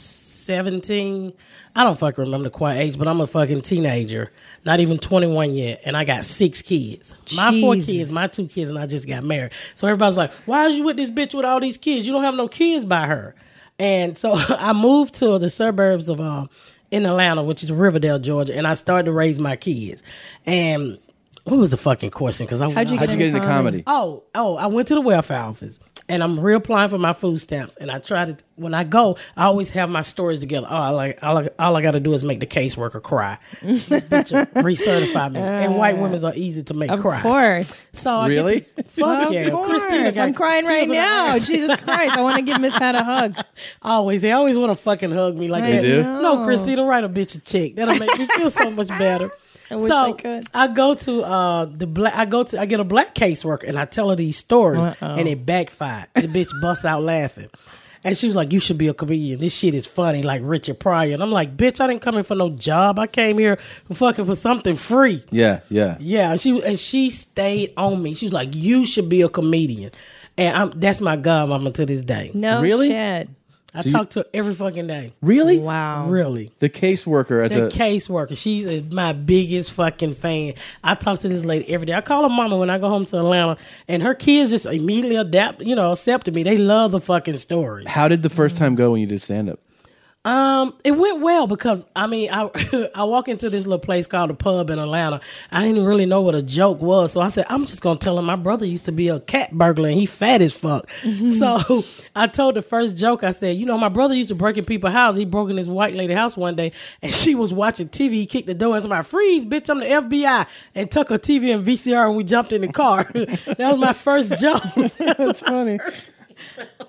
Speaker 3: seventeen? I don't fucking remember the quiet age, but I'm a fucking teenager, not even twenty one yet, and I got six kids. My four
Speaker 2: Jesus.
Speaker 3: kids, my two kids, and I just got married. So everybody's like, "Why is you with this bitch with all these kids? You don't have no kids by her." And so I moved to the suburbs of um in Atlanta, which is Riverdale, Georgia, and I started to raise my kids. And what was the fucking question? Because I
Speaker 2: How'd you
Speaker 1: How'd you get into comedy?
Speaker 3: Oh, oh, I went to the welfare office and I'm reapplying for my food stamps. And I try to, when I go, I always have my stories together. Oh, I like, all I, all I got to do is make the caseworker cry. this bitch will recertify me. and white women are easy to make
Speaker 2: Of
Speaker 3: cry.
Speaker 2: course.
Speaker 3: So I get
Speaker 1: Really?
Speaker 3: this- fuck
Speaker 2: Of
Speaker 3: yeah.
Speaker 2: course.
Speaker 3: Christina got
Speaker 2: I'm crying
Speaker 3: tears
Speaker 2: right
Speaker 3: in her
Speaker 2: now.
Speaker 3: eyes.
Speaker 2: Jesus Christ. I want to give Miss Pat a hug.
Speaker 3: Always, they always want to fucking hug me like
Speaker 2: I
Speaker 3: that.
Speaker 1: do?
Speaker 3: No, Christina, write a bitch a check. That'll make me feel so much better. I
Speaker 2: wish
Speaker 3: so
Speaker 2: I could.
Speaker 3: I go to uh the black. I go to I get a black caseworker and I tell her these stories and it backfired. The bitch busts out laughing. And she was like, "You should be a comedian. This shit is funny, like Richard Pryor." And I'm like, "Bitch, I didn't come here for no job. I came here fucking for something free."
Speaker 1: Yeah, yeah.
Speaker 3: Yeah, she and she stayed on me. She was like, "You should be a comedian," and I'm, that's my godmama to this day.
Speaker 2: No
Speaker 1: Really?
Speaker 2: shit.
Speaker 3: I
Speaker 1: you-
Speaker 3: talk to her every fucking day.
Speaker 1: Really?
Speaker 2: Wow.
Speaker 3: Really.
Speaker 1: The caseworker at
Speaker 3: The
Speaker 1: the,
Speaker 3: caseworker. She's uh, my biggest fucking fan. I talk to this lady every day. I call her mama when I go home to Atlanta, and her kids just immediately adapt, you know, accepted me. They love the fucking story.
Speaker 1: how did the first time go when you did stand up?
Speaker 3: Um, it went well because I mean, I I walk into this little place called a pub in Atlanta. I didn't really know what a joke was, so I said, I'm just gonna tell him my brother used to be a cat burglar and he fat as fuck. So I told the first joke. I said, you know, my brother used to break in people's house. He broke in this white lady house one day, and she was watching TV. He kicked the door into my freeze, bitch. I'm the FBI, and took her TV and VCR, and we jumped in the car. that was my first joke.
Speaker 1: That's funny.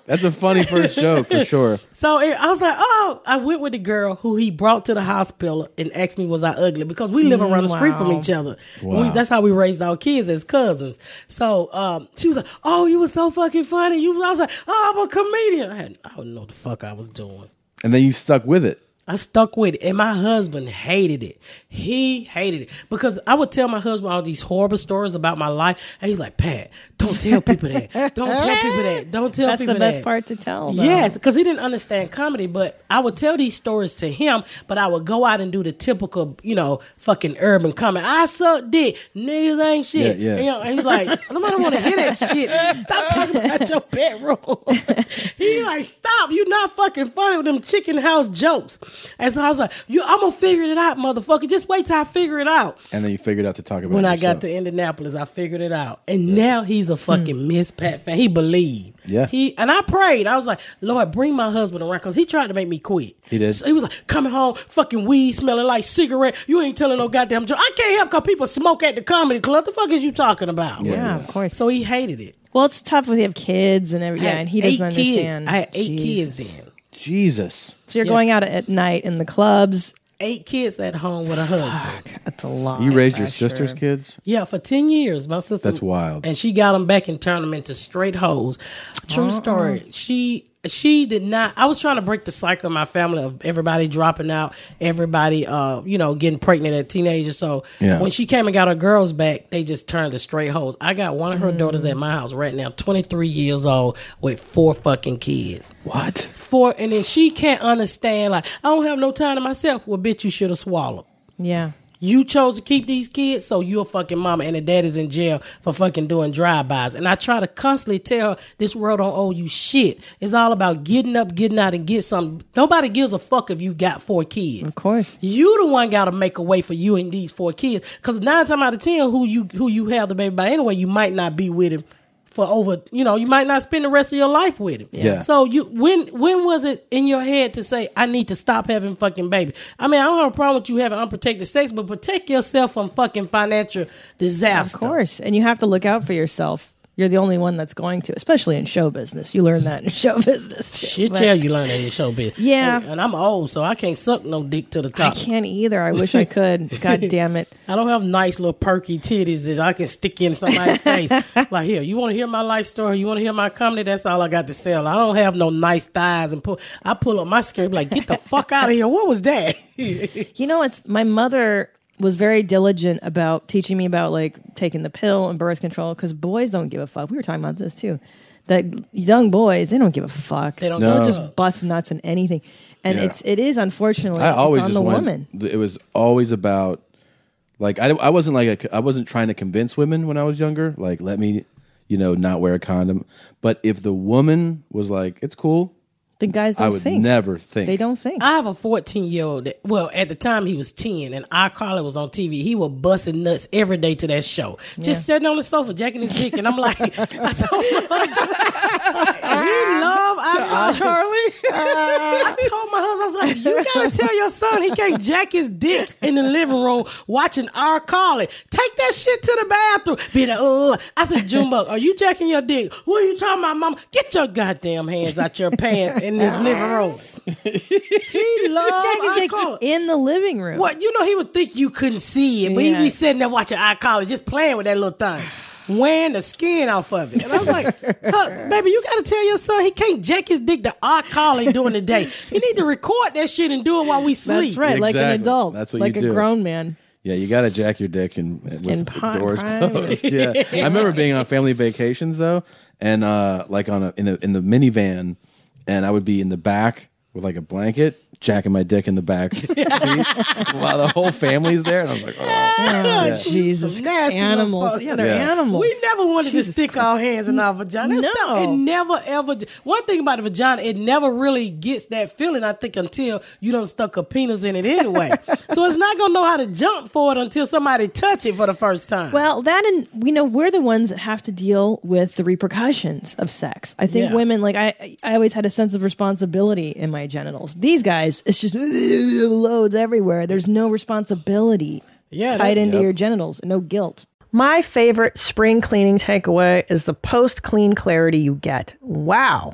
Speaker 1: That's a funny first joke for sure.
Speaker 3: So it, I was like, oh, I went with the girl who he brought to the hospital and asked me, was I ugly? Because we live
Speaker 11: Mm,
Speaker 3: around the street from
Speaker 11: wow.
Speaker 3: each other.
Speaker 11: Wow.
Speaker 3: We- that's how we raised our kids as cousins. So um, she was like, oh, you were so fucking funny. You, was- I was like, oh, I'm a comedian. I, had, I don't know what the fuck I was doing.
Speaker 1: And then you stuck with it.
Speaker 3: I stuck with it. And my husband hated it. He hated it. Because I would tell my husband all these horrible stories about my life. And he's like, Pat, don't tell people that. Don't tell people that. Don't tell
Speaker 2: That's the
Speaker 3: people that.
Speaker 2: best part to tell, though.
Speaker 3: Yes, because he didn't understand comedy. But I would tell these stories to him, but I would go out and do the typical, you know, fucking urban comment. I suck dick. Niggas ain't shit.
Speaker 11: Yeah, yeah.
Speaker 3: You know, and he's like, nobody want to hear that shit. Stop talking about your bedroom. he like, stop. You not fucking funny with them chicken house jokes. And so I was like, you, I'm going to figure it out, motherfucker. Just wait till I figure it out.
Speaker 1: And then you figured out to talk about
Speaker 3: When
Speaker 1: it
Speaker 3: I got
Speaker 1: yourself.
Speaker 3: to Indianapolis, I figured it out. And now he's a fucking Miss Pat fan. He believed.
Speaker 1: Hmm. Yeah.
Speaker 3: He and I prayed. I was like, Lord, bring my husband around because he tried to make me quit.
Speaker 1: He did.
Speaker 3: So he was like, coming home, fucking weed smelling like cigarette. You ain't telling no goddamn joke. I can't help because people smoke at the comedy club. The fuck is you talking about?
Speaker 2: Yeah, Yeah,
Speaker 3: of course. So he hated it.
Speaker 2: Well, it's tough when you have kids and every
Speaker 3: I
Speaker 2: yeah,
Speaker 3: had
Speaker 2: and he doesn't
Speaker 3: eight kids.
Speaker 2: understand.
Speaker 3: I had eight
Speaker 2: Jesus.
Speaker 3: kids then.
Speaker 1: Jesus.
Speaker 2: So you're
Speaker 3: Yeah.
Speaker 2: going out at night in the clubs.
Speaker 3: Eight kids at home with a husband.
Speaker 2: that's a lot.
Speaker 1: You raised your sister's kids?
Speaker 3: Yeah, for ten years, my sister.
Speaker 1: That's wild.
Speaker 3: And she got them back and turned them into straight hoes. True
Speaker 1: Uh-uh.
Speaker 3: story. She she did not. I was trying to break the cycle in my family of everybody dropping out, everybody uh you know getting pregnant at teenagers. So
Speaker 11: Yeah.
Speaker 3: when she came and got her girls back, they just turned to straight hoes. I got one of her daughters at my house right now, twenty three years old with four fucking kids.
Speaker 1: What?
Speaker 3: Four, and then she can't understand. Like I don't have no time to myself. Well, bitch, you should have swallowed.
Speaker 2: Yeah.
Speaker 3: You chose to keep these kids, so you're a fucking mama, and the daddy's in jail for fucking doing drive-bys. And I try to constantly tell her this world don't owe you shit. It's all about getting up, getting out, and get something. Nobody gives a fuck if you got four kids. Of
Speaker 2: course,
Speaker 3: you the one got to make a way for you and these four kids. Because nine times out of ten, who you who you have the baby by anyway, you might not be with him for over. You know, you might not spend the rest of your life with him.
Speaker 11: Yeah.
Speaker 3: So you when when was it in your head to say I need to stop having fucking baby? I mean, I don't have a problem with you having unprotected sex, but protect yourself from fucking financial disaster.
Speaker 2: Of course. And you have to look out for yourself. You're the only one that's going to, especially in show business. You learn that in show business. Too,
Speaker 3: Shit,
Speaker 2: but-
Speaker 3: yeah, you learn that in show business.
Speaker 2: Yeah.
Speaker 3: and, and I'm old, so I can't suck no dick to the
Speaker 2: I
Speaker 3: top.
Speaker 2: can't either. I wish I could. God damn it.
Speaker 3: I don't have nice little perky titties that I can stick in somebody's face. Like, here, you want to hear my life story? You want to hear my comedy? That's all I got to sell. I don't have no nice thighs and pull. I pull up my skirt, be like, get the fuck out of here. What was that?
Speaker 2: you know, it's my mother was very diligent about teaching me about like taking the pill and birth control because boys don't give a fuck. We were talking about this too. That young boys, they don't give a fuck. They
Speaker 1: don't
Speaker 2: They'll
Speaker 1: give a
Speaker 2: just
Speaker 1: fuck.
Speaker 2: bust nuts and anything. And
Speaker 1: Yeah.
Speaker 2: it's it is unfortunately
Speaker 1: I always
Speaker 2: it's on
Speaker 1: just
Speaker 2: the
Speaker 1: went-
Speaker 2: woman.
Speaker 1: It was always about like I, I wasn't like a, I wasn't trying to convince women when I was younger. Like let me you know not wear a condom. But if the woman was like it's cool,
Speaker 2: the guys
Speaker 1: I would never think.
Speaker 2: don't think.
Speaker 3: I have a 14 year old. that Well, at the time he was 10, and iCarly was on TV. He was busting nuts every day to that show, just sitting on the sofa, jacking his dick, and I'm like, I told him, you love iCarly. Uh, I told my husband, I was like, you gotta tell your son he can't jack his dick in the living room watching iCarly. Take that shit to the bathroom. Be like, oh, I said, Junebug, are you jacking your dick? Who are you talking about, Mama? Get your goddamn hands out your pants in this living room. He loved
Speaker 2: Jack is like in the living room.
Speaker 3: What you know, he would think you couldn't see it, but
Speaker 2: Yeah.
Speaker 3: he'd be sitting there watching eye collar, just playing with that little thing, wearing the skin off of it. And I was like, huh, baby, you gotta tell your son he can't jack his dick to eye collar during the day. He need to record that shit and do it while we sleep.
Speaker 2: That's right, like an
Speaker 1: Exactly.
Speaker 2: adult.
Speaker 1: That's what
Speaker 2: like
Speaker 1: you
Speaker 2: a
Speaker 1: do.
Speaker 2: grown man.
Speaker 1: Yeah, you got to jack your dick and with
Speaker 2: In
Speaker 1: the
Speaker 2: pri-
Speaker 1: doors
Speaker 2: private.
Speaker 1: closed. Yeah, I remember being on family vacations though, and uh, like on a in a in the minivan, and I would be in the back with like a blanket jacking my dick in the back seat while the whole family's there. And I was like, oh.
Speaker 2: Oh,
Speaker 1: Yeah.
Speaker 2: Jesus. Animals. Yeah, they're
Speaker 1: Yeah.
Speaker 2: animals.
Speaker 3: We never wanted to stick our hands in our vagina. That
Speaker 2: No.
Speaker 3: stuff, it never ever. One thing about a vagina, it never really gets that feeling. I think until you don't stuck a penis in it anyway. so it's not gonna know how to jump for it until somebody touch it for the first time.
Speaker 2: Well, that and we know we're the ones that have to deal with the repercussions of sex. I think
Speaker 3: Yeah.
Speaker 2: women like I I always had a sense of responsibility in my genitals. These guys, it's just loads everywhere. There's no responsibility
Speaker 3: yeah,
Speaker 2: tied
Speaker 3: that-
Speaker 2: into your genitals, no guilt.
Speaker 6: My favorite spring cleaning takeaway is the post clean clarity you get. Wow.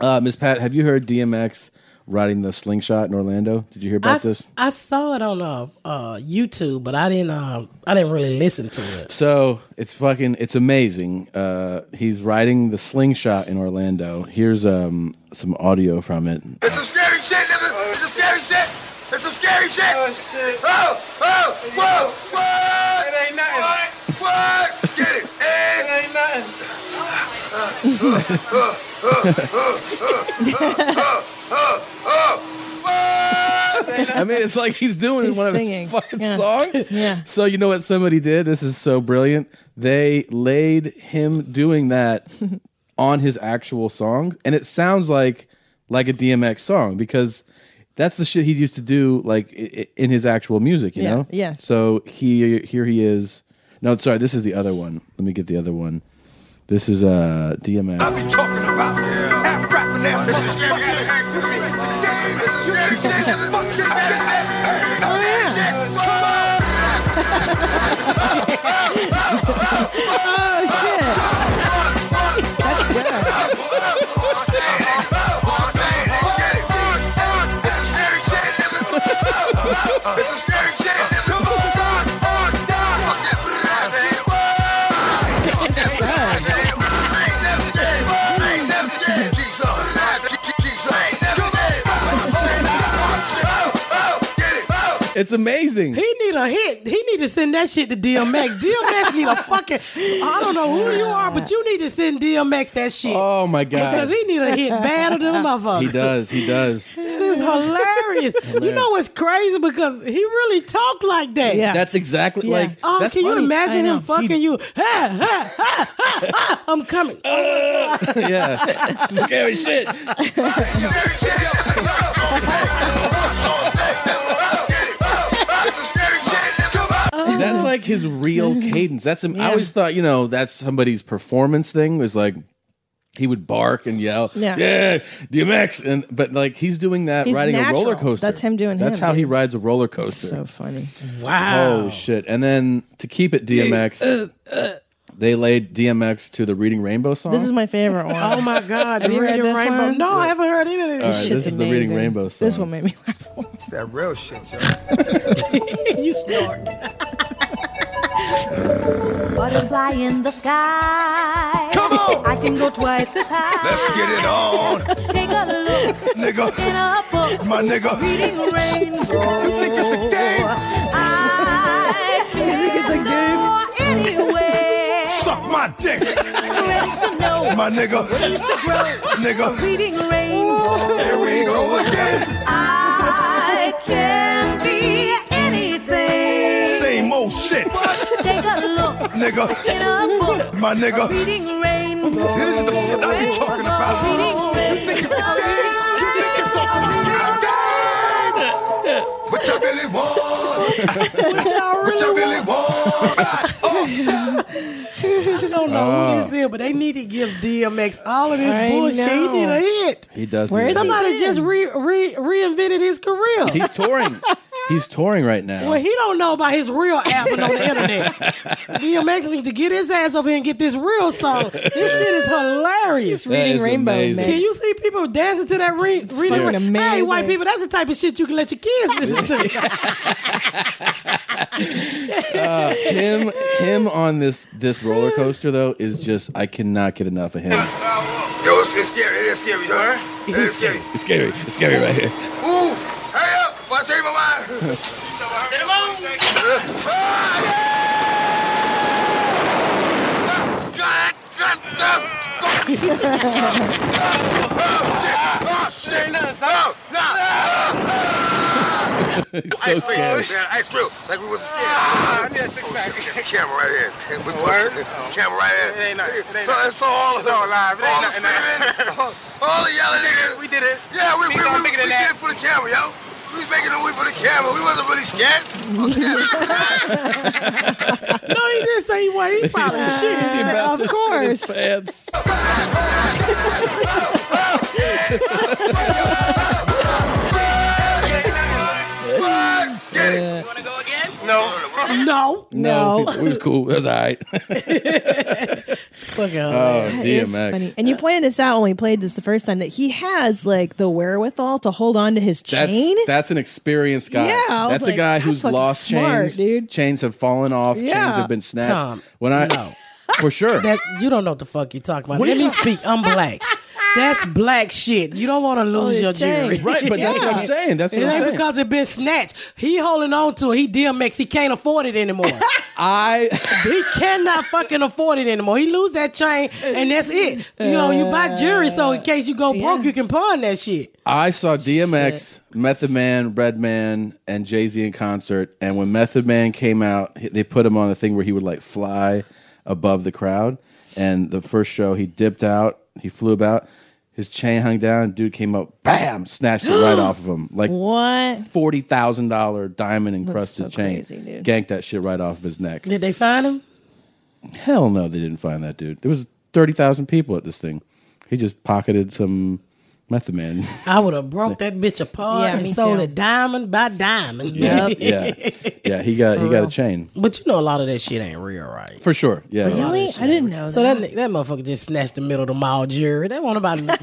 Speaker 1: Uh, Miss Pat, have you heard DMX riding the slingshot in Orlando? Did you hear
Speaker 3: I,
Speaker 1: about this?
Speaker 3: I saw it on uh, uh, YouTube, but I didn't. Um, I didn't really listen to it.
Speaker 1: So it's fucking, it's amazing. Uh, he's riding the slingshot in Orlando. Here's um, some audio from it.
Speaker 5: It's some scary shit, nigga. It's some scary shit. It's some scary shit. Oh, shit. Oh, oh, whoa, what? It ain't nothing. What? What? Get it. eh? It ain't nothing.
Speaker 1: I mean, it's like he's doing it in
Speaker 2: He's
Speaker 1: one
Speaker 2: singing.
Speaker 1: of his fucking
Speaker 2: Yeah.
Speaker 1: songs.
Speaker 2: Yeah.
Speaker 1: So you know what somebody did? This is so brilliant. They laid him doing that on his actual song, and it sounds like like a DMX song because that's the shit he used to do, like i- i- in his actual music. You
Speaker 2: Yeah.
Speaker 1: know?
Speaker 2: Yeah.
Speaker 1: So he here he is. No, sorry, this is the other one. Let me get the other one. This is uh
Speaker 5: I
Speaker 1: DMX.
Speaker 5: be talking about that rapping ass motherfucker. You beat it to the game. It's some scary shit, nigga. Fuck this scary shit. It's some scary shit. Whoa.
Speaker 2: Oh
Speaker 1: It's amazing.
Speaker 3: He need a hit. He need to send that shit to DMX. DMX need a fucking. I don't know who you are, but you need to send DMX that shit
Speaker 1: oh my god.
Speaker 3: because he need a hit badder than a motherfucker.
Speaker 1: he does. He does.
Speaker 3: That is hilarious. You know what's crazy because he really talked like that.
Speaker 2: Yeah.
Speaker 1: That's exactly
Speaker 2: Yeah. Oh,
Speaker 1: like.
Speaker 3: Um,
Speaker 1: that's
Speaker 3: can you
Speaker 1: funny.
Speaker 3: imagine
Speaker 2: I
Speaker 3: him
Speaker 2: know.
Speaker 3: fucking you? Ha, ha, ha, ha, ha, I'm coming.
Speaker 1: yeah. Some scary shit. That's like his real cadence. That's him. I always thought, you know, that's somebody's performance thing. Was like, he would bark and yell,
Speaker 2: Yeah.
Speaker 1: yeah, DMX, and but like he's doing that
Speaker 2: He's
Speaker 1: riding
Speaker 2: natural.
Speaker 1: a roller coaster.
Speaker 2: That's him doing
Speaker 1: That's
Speaker 2: him,
Speaker 1: how he
Speaker 2: dude.
Speaker 1: rides a roller coaster.
Speaker 2: So funny.
Speaker 1: Oh shit! And then to keep it DMX, they laid DMX to the Reading Rainbow song.
Speaker 2: Uh, This is my favorite one.
Speaker 3: Oh my God!
Speaker 2: Have you heard
Speaker 3: Reading
Speaker 2: this
Speaker 3: Rainbow.
Speaker 2: one?
Speaker 3: No, I haven't heard any of
Speaker 1: All
Speaker 3: this.
Speaker 1: right,
Speaker 2: shit's
Speaker 1: this is the Reading
Speaker 2: amazing.
Speaker 1: Rainbow song.
Speaker 2: This one made me laugh.
Speaker 5: It's that real shit, yo.
Speaker 3: you snort.
Speaker 6: Butterfly in the sky.
Speaker 5: Come on!
Speaker 6: I can go twice as high.
Speaker 5: Let's get it on,
Speaker 6: Take a look
Speaker 5: nigga.
Speaker 6: in a book.
Speaker 5: My nigga.
Speaker 6: Reading
Speaker 5: You
Speaker 6: rainbow.
Speaker 5: think it's a game?
Speaker 6: I can go anywhere.
Speaker 5: Suck my dick,
Speaker 6: Friends to know.
Speaker 5: my nigga.
Speaker 6: Ways to grow.
Speaker 5: Nigga,
Speaker 6: Reading rainbow.
Speaker 5: here we go again.
Speaker 6: I can be anything.
Speaker 5: Same old shit,
Speaker 6: Take a look
Speaker 5: nigga.
Speaker 6: in a book.
Speaker 5: My nigga.
Speaker 6: Reading rainbow.
Speaker 5: See, this is the shit I be talking about. You think it's a game? You think it's a fucking game? What you really want? What you really want?
Speaker 3: I don't know who this is, but they need to give DMX all of this
Speaker 2: Oh. I
Speaker 3: bullshit.
Speaker 2: know.
Speaker 3: He did a hit.
Speaker 1: he does.
Speaker 2: Where
Speaker 1: do
Speaker 2: is
Speaker 1: that.
Speaker 2: he?
Speaker 3: Somebody
Speaker 2: been?
Speaker 3: just re, re, reinvented his career.
Speaker 1: He's touring. He's touring right now.
Speaker 3: well, he don't know about his real album on the internet. DMX need to get his ass over here and get this real song. This shit is hilarious.
Speaker 1: That
Speaker 2: Reading
Speaker 1: is
Speaker 2: Rainbow,
Speaker 1: amazing.
Speaker 2: man.
Speaker 3: Can you see people dancing to that re- reading?
Speaker 2: fucking
Speaker 3: Rainbow? Hey,
Speaker 2: amazing.
Speaker 3: white people, that's the type of shit you can let your kids listen to.
Speaker 1: Uh, him, him on this this roller coaster though is just I cannot get enough of him.
Speaker 5: Yo, it's, it's scary. It is scary, yo. It is scary.
Speaker 1: It's scary. It's scary right here.
Speaker 5: Ooh, hurry up! Well, I changed my mind. Get him on.
Speaker 1: It's so
Speaker 5: Ice cream,
Speaker 1: scary.
Speaker 5: man. Ice cream. Like we was scared. Ah, I need a six pack. Camera right here. What's- what's- Camera right here. It ain't nothing. so it's all it's all live. It ain't all the screaming, all- all the yelling, nigga. We did it. Yeah, we we, we, we, did it for the camera, yo. We was making a way for the camera. We wasn't really scared. I'm scared.
Speaker 3: no, he didn't say he was. He probably shit. He said,
Speaker 1: about
Speaker 3: of
Speaker 1: to-
Speaker 3: course.
Speaker 1: Fans.
Speaker 5: Fuck, Get it.
Speaker 3: No.
Speaker 1: No, we were cool. That's all right.
Speaker 3: Fuck out.
Speaker 1: Oh,
Speaker 2: That is funny.
Speaker 1: DMX.
Speaker 2: And you pointed this out when we played this the first time that he has like the wherewithal to hold on to his chain.
Speaker 1: That's that's an experienced guy.
Speaker 2: Yeah, I was
Speaker 1: that's
Speaker 2: like,
Speaker 1: a guy
Speaker 2: that's
Speaker 1: who's
Speaker 2: fucking
Speaker 1: lost
Speaker 2: smart,
Speaker 1: chains.
Speaker 2: dude.
Speaker 1: Chains have fallen off.
Speaker 2: Yeah.
Speaker 1: Chains have been snatched.
Speaker 3: Tom,
Speaker 1: when I for sure.
Speaker 3: That you don't know what the fuck you talking about.
Speaker 1: What are
Speaker 3: Let
Speaker 1: you
Speaker 3: me speak. I'm black. That's black shit. You don't want to lose
Speaker 2: it
Speaker 3: your
Speaker 2: changed.
Speaker 3: jewelry.
Speaker 1: right, but that's what I'm saying. That's
Speaker 3: It
Speaker 1: what I'm
Speaker 3: ain't
Speaker 1: saying.
Speaker 3: because it been snatched. He holding on to it. He DMX. He can't afford it anymore.
Speaker 1: I
Speaker 3: he cannot fucking afford it anymore. He lose that chain, and that's it. You know, you buy jewelry, so in case you go broke,
Speaker 2: yeah.
Speaker 3: you can pawn that shit.
Speaker 1: I saw DMX, Method Man, Redman, and Jay Z in concert. And when Method Man came out, he- they put him on a thing where he would like fly above the crowd. And the first show, he dipped out, he flew about, his chain hung down, dude came up, bam, snatched it right off of him. Like
Speaker 2: what?
Speaker 1: forty thousand dollar diamond encrusted
Speaker 2: That's so
Speaker 1: chain.
Speaker 2: crazy, dude.
Speaker 1: Ganked that shit right off of his neck.
Speaker 3: Did they find him?
Speaker 1: Hell no, they didn't find that dude. There was thirty thousand people at this thing. He just pocketed some Method Man.
Speaker 3: I would have broke that bitch apart
Speaker 2: Yeah,
Speaker 3: and
Speaker 2: me
Speaker 3: sold
Speaker 2: too.
Speaker 3: it diamond by diamond.
Speaker 1: Yeah, yeah, yeah. He got he got a chain
Speaker 3: But you know, a lot of that shit ain't real, right?
Speaker 1: for sure. Yeah,
Speaker 2: Really? I didn't know
Speaker 3: So
Speaker 2: that.
Speaker 3: that ni- that motherfucker just snatched the middle of the mall jewelry. That one about bitch,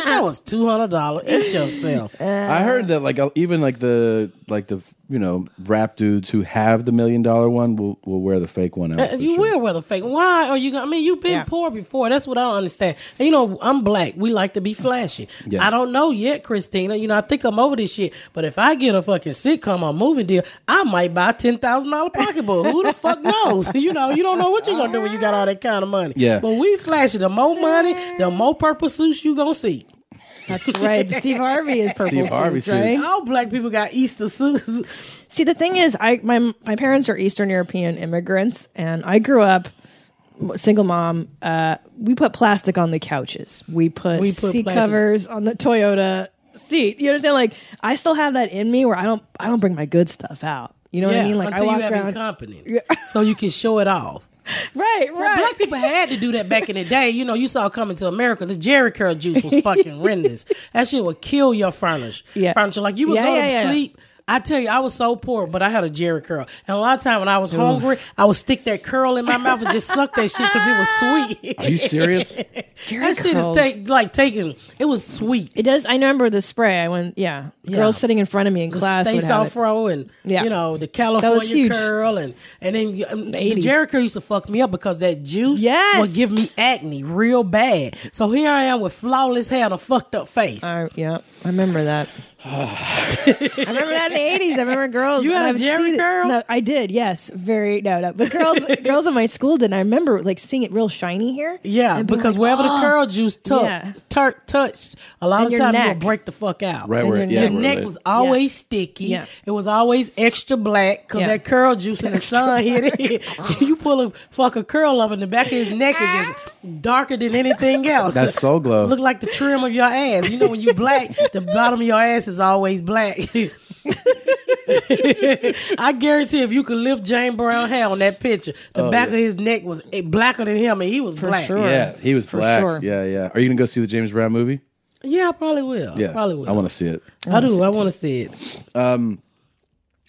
Speaker 3: that was two hundred dollars. Eat yourself.
Speaker 1: I heard that like even like the like the you know rap dudes who have the million dollar one will will wear the fake one out.
Speaker 3: Uh,
Speaker 1: for
Speaker 3: you
Speaker 1: sure.
Speaker 3: will wear the fake. Why are you? gonna I mean, you've been
Speaker 2: Yeah.
Speaker 3: poor before. That's what I don't understand. And you know, I'm black. We like to be flashy.
Speaker 1: Yeah.
Speaker 3: I don't know yet, Christina. You know, I think I'm over this shit. But if I get a fucking sitcom or movie deal, I might buy a ten thousand dollar pocketbook. Who the fuck knows? You know, you don't know what you're gonna do when you got all that kind of money.
Speaker 1: Yeah.
Speaker 3: But we flashy. The more money, the more purple suits you gonna see.
Speaker 2: That's right. Steve Harvey is purple
Speaker 1: Steve
Speaker 2: Steve
Speaker 1: Harvey
Speaker 2: suits, right?
Speaker 1: suits.
Speaker 3: All black people got Easter suits.
Speaker 2: See, the thing is, I my my parents are Eastern European immigrants, and I grew up m- single mom. Uh, we put plastic on the couches. We put,
Speaker 3: We put
Speaker 2: seat
Speaker 3: plastic-
Speaker 2: covers on the Toyota seat. You understand? Like I still have that in me where I don't I don't bring my good stuff out. You know what I mean? Like
Speaker 3: until
Speaker 2: I walk
Speaker 3: you have
Speaker 2: around.
Speaker 3: incompetence, so you can show it off.
Speaker 2: Right, right.
Speaker 3: Black people had to do that back in the day. You know, you saw coming to America, the Jerry Curl juice was fucking horrendous. That shit would kill your furnish.
Speaker 2: Yeah.
Speaker 3: Furniture. Like you would
Speaker 2: Yeah,
Speaker 3: go
Speaker 2: yeah,
Speaker 3: to
Speaker 2: yeah.
Speaker 3: sleep. I tell you, I was so poor, but I had a Jerry curl. And a lot of time when I was hungry, I would stick that curl in my mouth and just suck that shit because it was sweet.
Speaker 12: Are you serious?
Speaker 3: that shit is
Speaker 2: curls.
Speaker 3: take, like taking. It was sweet.
Speaker 2: It does. I remember the spray. I went. Yeah,
Speaker 3: Yeah.
Speaker 2: girls sitting in front of me in class
Speaker 3: Stay
Speaker 2: would have it.
Speaker 3: Afro and
Speaker 2: Yeah.
Speaker 3: you know the
Speaker 2: That was
Speaker 3: California
Speaker 2: huge.
Speaker 3: curl and and then you- um, the,
Speaker 2: 80s.
Speaker 3: Jericho used to fuck me up because that juice
Speaker 2: Yes.
Speaker 3: would give me acne real bad. So here I am with flawless hair and a fucked up face.
Speaker 2: I, yeah, I remember that. I remember that in the eighties. I remember girls.
Speaker 3: You had
Speaker 2: and
Speaker 3: a
Speaker 2: I would
Speaker 3: Jerry
Speaker 2: see the-
Speaker 3: curl?
Speaker 2: No, I did. Yes, very no, no. But girls, girls in my school did. And I remember like seeing it real shiny here.
Speaker 3: yeah,
Speaker 2: and being
Speaker 3: because
Speaker 2: like,
Speaker 3: wherever
Speaker 2: "Oh."
Speaker 3: the curl juice took,
Speaker 2: Yeah.
Speaker 3: tur- touched, a lot
Speaker 2: And
Speaker 3: of
Speaker 2: your
Speaker 3: time
Speaker 2: neck.
Speaker 3: you'll break the fuck out.
Speaker 1: Right
Speaker 2: And
Speaker 1: where,
Speaker 2: your
Speaker 1: yeah,
Speaker 3: Your
Speaker 1: where
Speaker 2: neck-
Speaker 3: neck
Speaker 1: it-
Speaker 3: was always sticky.
Speaker 2: Yeah.
Speaker 3: It was always extra black because
Speaker 2: Yeah.
Speaker 3: that curl juice in the sun hit it. you pull a fuck a curl up in the back of his neck is just darker than anything else.
Speaker 1: That's Soul Glow.
Speaker 3: Look like the trim of your ass. You know when you black, the bottom of your ass is always black. I guarantee if you could lift Jane Brown hair on that picture, the back
Speaker 1: Oh, yeah.
Speaker 3: of his neck was eh, blacker than him, and he was black.
Speaker 2: sure.
Speaker 1: yeah, he was
Speaker 2: For
Speaker 1: black.
Speaker 2: sure.
Speaker 1: Yeah, yeah. Are you gonna go see the James Brown movie?
Speaker 3: Yeah, I probably will.
Speaker 1: Yeah,
Speaker 3: I probably will.
Speaker 1: I want to see it.
Speaker 3: I do. I want to see it.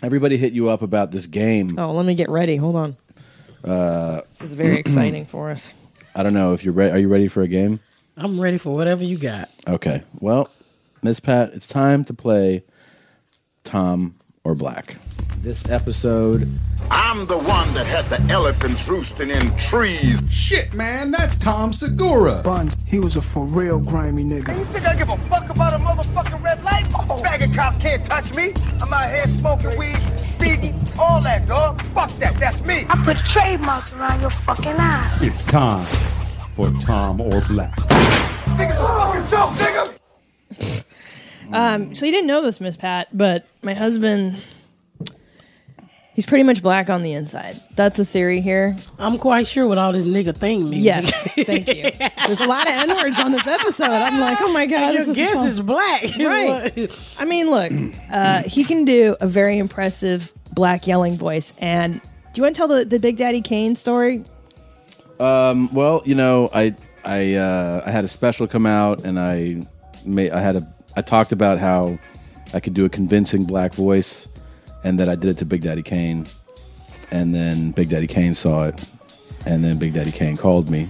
Speaker 1: Everybody hit you up about this game.
Speaker 2: Oh, let me get ready. Hold on. this is very exciting for us.
Speaker 1: I don't know if you're ready. Are you ready for a game?
Speaker 3: I'm ready for whatever you got.
Speaker 1: Okay. Well, Miss Pat, it's time to play Tom or Black. This episode,
Speaker 8: I'm the one that had the elephants roosting in trees.
Speaker 5: Shit, man, that's Tom Segura.
Speaker 13: Buns, he was a for real grimy nigga.
Speaker 5: You think I give a fuck about a motherfucking red light? Faggot cop can't touch me. I'm out here smoking weed, speeding, all that, dog. Fuck that, that's me.
Speaker 4: I put trademarks around your fucking eyes.
Speaker 13: It's time for Tom or Black.
Speaker 5: Nigga's a fucking joke, nigga.
Speaker 2: Um, so you didn't know this, Miss Pat, but my husband, he's pretty much black on the inside. That's the theory here.
Speaker 3: I'm quite sure what all this nigga thing means.
Speaker 2: Yes, thank you. There's a lot of N words on this episode. I'm like, oh my god,
Speaker 3: Your
Speaker 2: this
Speaker 3: guess
Speaker 2: fun.
Speaker 3: is black.
Speaker 2: Right. I mean, look, uh, he can do a very impressive black yelling voice. And do you want to tell the, the Big Daddy Kane story?
Speaker 1: well, you know, I I uh, I had a special come out, and I made I had a I talked about how I could do a convincing black voice, and that I did it to Big Daddy Kane, and then Big Daddy Kane saw it, and then Big Daddy Kane called me,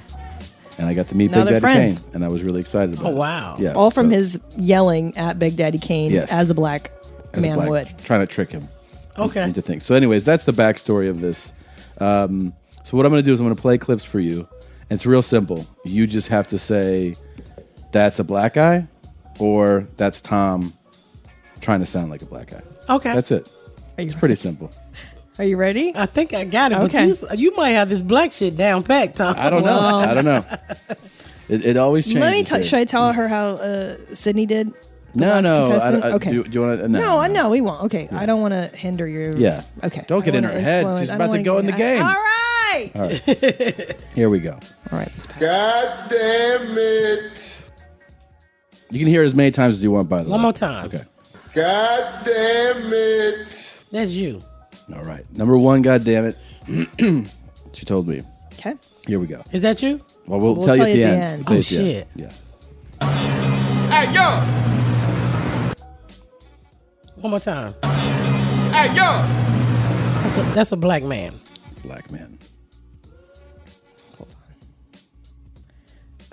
Speaker 1: and I got to meet Big
Speaker 2: Now
Speaker 1: Daddy
Speaker 2: they're friends.
Speaker 1: Kane, and I was really excited about.
Speaker 3: Oh,
Speaker 1: it.
Speaker 3: wow.
Speaker 1: Yeah,
Speaker 2: All from
Speaker 1: so-
Speaker 2: his yelling at Big Daddy Kane
Speaker 1: Yes.
Speaker 2: as a black
Speaker 1: as a
Speaker 2: man
Speaker 1: black-
Speaker 2: would.
Speaker 1: trying to trick him.
Speaker 3: Okay.
Speaker 1: into things. So, anyways, that's the backstory of this. Um, so, what I'm going to do is I'm going to play clips for you. And it's real simple. You just have to say, "That's a black guy," or "That's Tom trying to sound like a black guy."
Speaker 3: Okay.
Speaker 1: That's it. It's pretty simple.
Speaker 2: Are you ready?
Speaker 3: I think I got it,
Speaker 2: Okay.
Speaker 3: but you, you might have this black shit down pat, Tom.
Speaker 1: I don't know. I don't know. It, it always changes.
Speaker 2: Let me tell.
Speaker 1: here.
Speaker 2: Should I tell her how uh, Sydney did? The
Speaker 1: No,
Speaker 2: last
Speaker 1: no. I,
Speaker 2: contestant?
Speaker 1: I,
Speaker 2: okay.
Speaker 1: Do, do you want to? No,
Speaker 2: no, I know we won't. Okay, I don't want to hinder your.
Speaker 1: Yeah.
Speaker 2: Okay.
Speaker 1: Don't
Speaker 2: I
Speaker 1: get in
Speaker 2: wanna
Speaker 1: her head.
Speaker 2: influence-
Speaker 1: She's
Speaker 2: I
Speaker 1: about
Speaker 2: don't
Speaker 1: to go
Speaker 2: wanna
Speaker 1: in the
Speaker 2: get in-
Speaker 1: game.
Speaker 2: All right.
Speaker 1: Here we go.
Speaker 2: All right. Miss Pat.
Speaker 5: God damn it.
Speaker 1: You can hear it as many times as you want. By the way,
Speaker 3: One more time.
Speaker 1: Okay.
Speaker 5: God damn it.
Speaker 3: That's you.
Speaker 1: All right. Number one. God damn it. she told me.
Speaker 2: Okay.
Speaker 1: Here we go.
Speaker 3: Is that you?
Speaker 1: Well, we'll, tell, you at the end. We'll tell
Speaker 3: Oh,
Speaker 1: you at the end.
Speaker 3: shit.
Speaker 5: Hey, yo.
Speaker 3: One more time.
Speaker 5: Hey, yo.
Speaker 3: That's a, that's a black man.
Speaker 1: Yeah. Black man.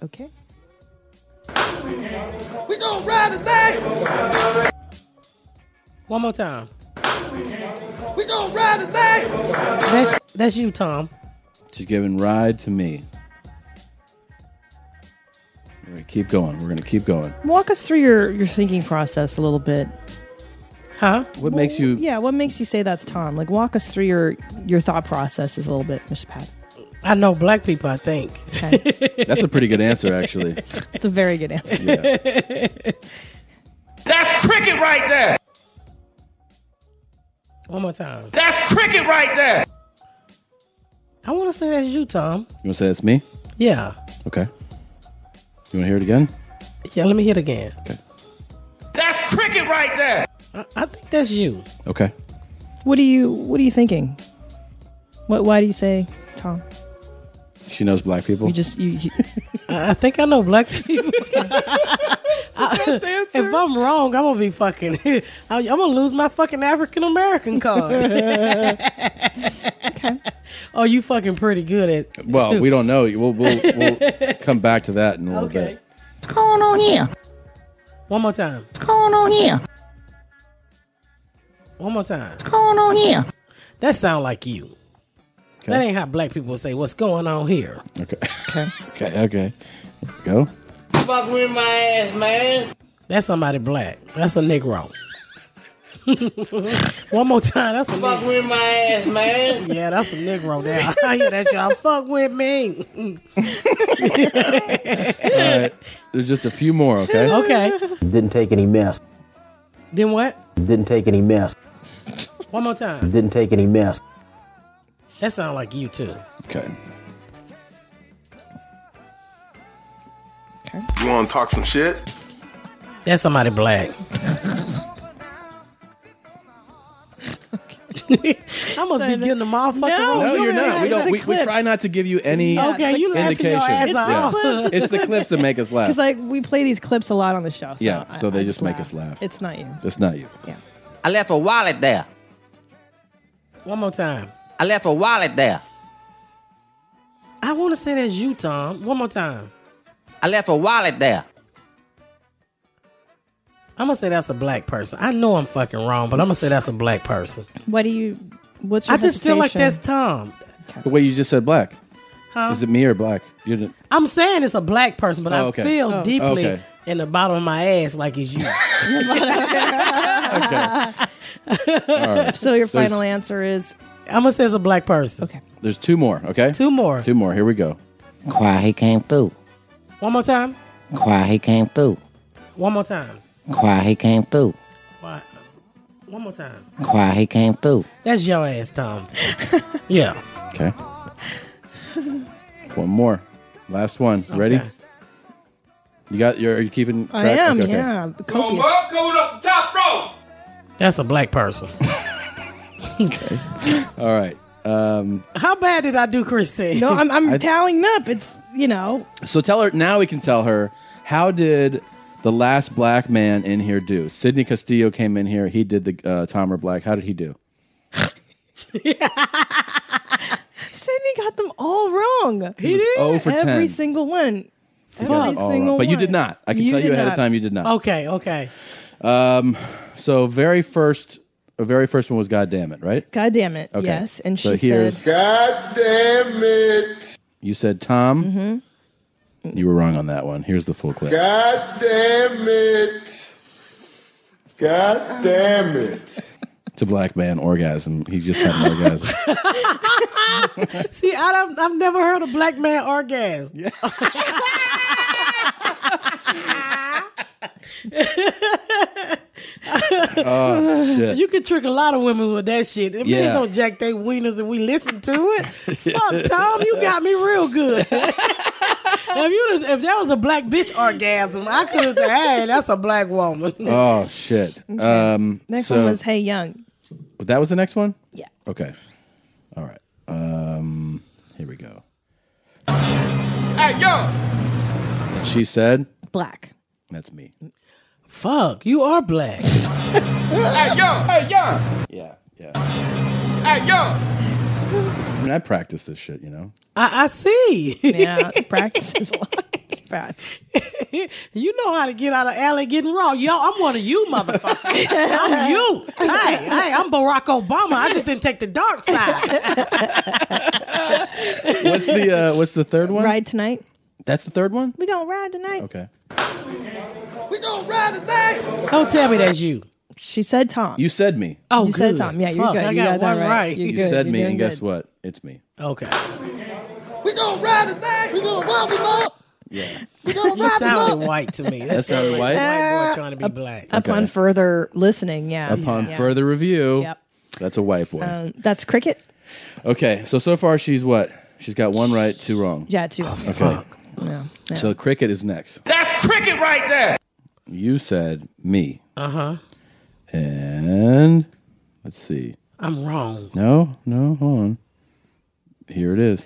Speaker 2: Okay.
Speaker 5: We gonna ride tonight.
Speaker 3: One more time.
Speaker 5: We gonna ride tonight.
Speaker 3: That's that's you, Tom.
Speaker 1: She's giving ride to me. We're gonna keep going. We're gonna keep going.
Speaker 2: Walk us through your your thinking process a little bit.
Speaker 3: Huh?
Speaker 1: What makes you?
Speaker 2: Yeah. What makes you say that's Tom? Like, walk us through your your thought processes a little bit, Miss Pat.
Speaker 3: I know black people. I think.
Speaker 1: That's a pretty good answer, actually.
Speaker 2: That's a very good answer.
Speaker 1: Yeah.
Speaker 7: That's cricket right there.
Speaker 3: One more time.
Speaker 7: That's cricket right there.
Speaker 3: I want to say that's you, Tom.
Speaker 1: You want to say that's me?
Speaker 3: Yeah.
Speaker 1: Okay. You want to hear it again?
Speaker 3: Yeah. Let me hit again.
Speaker 1: Okay.
Speaker 7: That's cricket right there.
Speaker 3: I, I think that's you.
Speaker 1: Okay.
Speaker 2: What are you What are you thinking? What Why do you say Tom?
Speaker 1: She knows black people.
Speaker 2: You just you, you
Speaker 3: I think I know black people. I- if I'm wrong, I'm gonna be fucking. I'm, I'm gonna lose my fucking African American card. Oh, you fucking pretty good at.
Speaker 1: well, we don't know. We'll we'll, we'll come back to that in a little bit.
Speaker 3: What's going on here? One more time. What's going on here? One more time. What's going on here? That sound like you. That ain't how black people say. What's going on here?
Speaker 1: Okay. Okay. okay. Okay. Go.
Speaker 3: Fuck with my ass, man. That's somebody black. That's a Negro. One more time. That's a
Speaker 7: Fuck with my ass, man.
Speaker 3: Yeah, that's a Negro there. I hear that y'all fuck with me.
Speaker 1: All right. There's just a few more. Okay.
Speaker 3: Okay.
Speaker 14: Didn't take any mess.
Speaker 3: Then what?
Speaker 14: Didn't take any mess.
Speaker 3: One more time.
Speaker 14: Didn't take any mess.
Speaker 3: That sound like you too.
Speaker 1: Okay.
Speaker 5: You want to talk some shit?
Speaker 3: That's somebody black. I must be getting the motherfucker wrong.
Speaker 1: no, you're not. We don't. We, we try not to give you any
Speaker 2: Yeah, Okay, you laughing
Speaker 1: indication.
Speaker 2: your ass off. It's
Speaker 1: It's
Speaker 2: the clips.
Speaker 1: the clips that make us laugh.
Speaker 2: because like we play these clips a lot on the show. So
Speaker 1: yeah,
Speaker 2: I-
Speaker 1: so
Speaker 2: I
Speaker 1: they just make us laugh.
Speaker 2: It's not you.
Speaker 1: That's not you.
Speaker 2: Yeah.
Speaker 15: I left a wallet there.
Speaker 3: One more time.
Speaker 15: I left a wallet there.
Speaker 3: I want to say that's you, Tom. One more time.
Speaker 15: I left a wallet there.
Speaker 3: I'm gonna say that's a black person. I know I'm fucking wrong, but I'm gonna say that's a black person.
Speaker 2: What do you? What's your
Speaker 3: I just feel like that's
Speaker 2: hesitation?
Speaker 3: Tom.
Speaker 1: The way you just said black.
Speaker 3: Huh?
Speaker 1: Is it me or black? You didn't.
Speaker 3: I'm saying it's a black person, but
Speaker 1: Oh, okay.
Speaker 3: I feel
Speaker 1: Oh.
Speaker 3: deeply
Speaker 1: Okay.
Speaker 3: in the bottom of my ass like it's you.
Speaker 1: right.
Speaker 2: So your
Speaker 1: There's-
Speaker 2: final answer is
Speaker 3: I'm gonna say it's a black person. Okay.
Speaker 1: There's two more. Okay.
Speaker 3: Two more.
Speaker 1: Two more. Here we go.
Speaker 15: Quiet, he came through.
Speaker 3: One more time.
Speaker 15: Quiet, he came through.
Speaker 3: One more time.
Speaker 15: Quiet, he came through.
Speaker 3: Why? One more time.
Speaker 15: Quiet, he came through.
Speaker 3: That's your ass, Tom. yeah.
Speaker 1: Okay. One more. Last one. Ready? You got your are you keeping
Speaker 2: I
Speaker 1: track?
Speaker 2: am.
Speaker 1: Okay, okay.
Speaker 2: Yeah. Copious.
Speaker 7: coming up the top rope.
Speaker 3: That's a black person.
Speaker 1: All right. Um,
Speaker 3: How bad did I do, Christine?
Speaker 2: No, I'm, I'm
Speaker 1: I-
Speaker 2: tallying up. It's you know
Speaker 1: so tell her now we can tell her how did the last black man in here do? Sidney Castillo came in here. He did the uh, Tom or Black. How did he do?
Speaker 2: Sydney got them all wrong. He
Speaker 1: was did? 0 for
Speaker 2: every
Speaker 1: 10.
Speaker 2: single one. Every
Speaker 1: Got it all
Speaker 2: single
Speaker 1: wrong. But you did
Speaker 2: one.
Speaker 1: not. I can tell you
Speaker 2: did
Speaker 1: ahead
Speaker 2: not. Oh,
Speaker 1: of time you did not.
Speaker 3: Okay, okay.
Speaker 1: Um, so very first, the very first one was God damn it, right?
Speaker 2: God damn it.
Speaker 1: Okay.
Speaker 2: Yes. And
Speaker 1: So
Speaker 2: she
Speaker 1: here's-
Speaker 2: said,
Speaker 5: God damn it.
Speaker 1: You said Tom.
Speaker 2: Mm-hmm.
Speaker 1: You were wrong on that one. Here's the full clip.
Speaker 5: God damn it. God damn it.
Speaker 1: It's a black man orgasm. He just had an orgasm.
Speaker 3: See, I don't, I've never heard a black man orgasm.
Speaker 1: Oh shit!
Speaker 3: You can trick a lot of women with that shit. If
Speaker 1: Yeah.
Speaker 3: men don't jack they wieners and we listen to it, fuck Tom, you got me real good. if you was- if that was a black bitch orgasm, I could have said, "Hey, that's a black woman."
Speaker 1: oh shit! Um,
Speaker 2: next
Speaker 1: so-
Speaker 2: one was Hey Young.
Speaker 1: That was the next one.
Speaker 2: Yeah.
Speaker 1: Okay. All right. Um, here we go.
Speaker 7: Hey, yo.
Speaker 1: And she said,
Speaker 2: Black.
Speaker 1: "That's me."
Speaker 3: Fuck, you are black.
Speaker 7: Hey, yo. Hey, yo.
Speaker 1: Yeah. Yeah.
Speaker 7: Hey, yo.
Speaker 1: I mean, I practice this shit, you know.
Speaker 3: I, I see.
Speaker 2: Yeah, practices a lot. It's bad.
Speaker 3: you know how to get out of alley getting raw. Yo, I'm one of you, motherfucker. I'm you. Hey, hey, I'm Barack Obama. I just didn't take the dark side.
Speaker 1: What's the uh, What's the third one?
Speaker 2: Ride tonight.
Speaker 1: That's the third one.
Speaker 2: We gonna ride tonight.
Speaker 1: Okay.
Speaker 7: We gonna ride tonight.
Speaker 3: Don't tell me that's you.
Speaker 2: She said Tom.
Speaker 1: You said me.
Speaker 3: Oh,
Speaker 2: You said
Speaker 3: good.
Speaker 2: Tom. Yeah, you're
Speaker 3: Fuck,
Speaker 2: good.
Speaker 3: I
Speaker 2: You
Speaker 3: got,
Speaker 2: got that
Speaker 3: one
Speaker 2: right.
Speaker 3: right.
Speaker 2: You-
Speaker 1: You
Speaker 2: good.
Speaker 1: said
Speaker 2: You're
Speaker 1: me,
Speaker 2: doing
Speaker 1: and guess
Speaker 2: good.
Speaker 1: what? It's me.
Speaker 3: Okay.
Speaker 7: We gonna ride tonight. We gonna ride tonight.
Speaker 1: Yeah.
Speaker 7: We gonna
Speaker 3: You
Speaker 7: ride tonight.
Speaker 3: sounded white to me. That
Speaker 1: That sounded
Speaker 3: sounded
Speaker 1: white?
Speaker 3: like a white boy trying to be black.
Speaker 2: Upon further listening, yeah.
Speaker 1: Upon
Speaker 2: Yeah.
Speaker 1: further review,
Speaker 2: Yep.
Speaker 1: that's a white boy.
Speaker 2: Um, that's cricket.
Speaker 1: okay, so so far she's what? She's got one right, two wrong.
Speaker 2: Yeah, too.
Speaker 1: Okay.
Speaker 2: Yeah, yeah.
Speaker 1: Oh, So cricket is next.
Speaker 7: That's cricket right there.
Speaker 1: You said me,
Speaker 3: Uh huh.
Speaker 1: and let's see.
Speaker 3: I'm wrong.
Speaker 1: No, no, hold on. Here it is.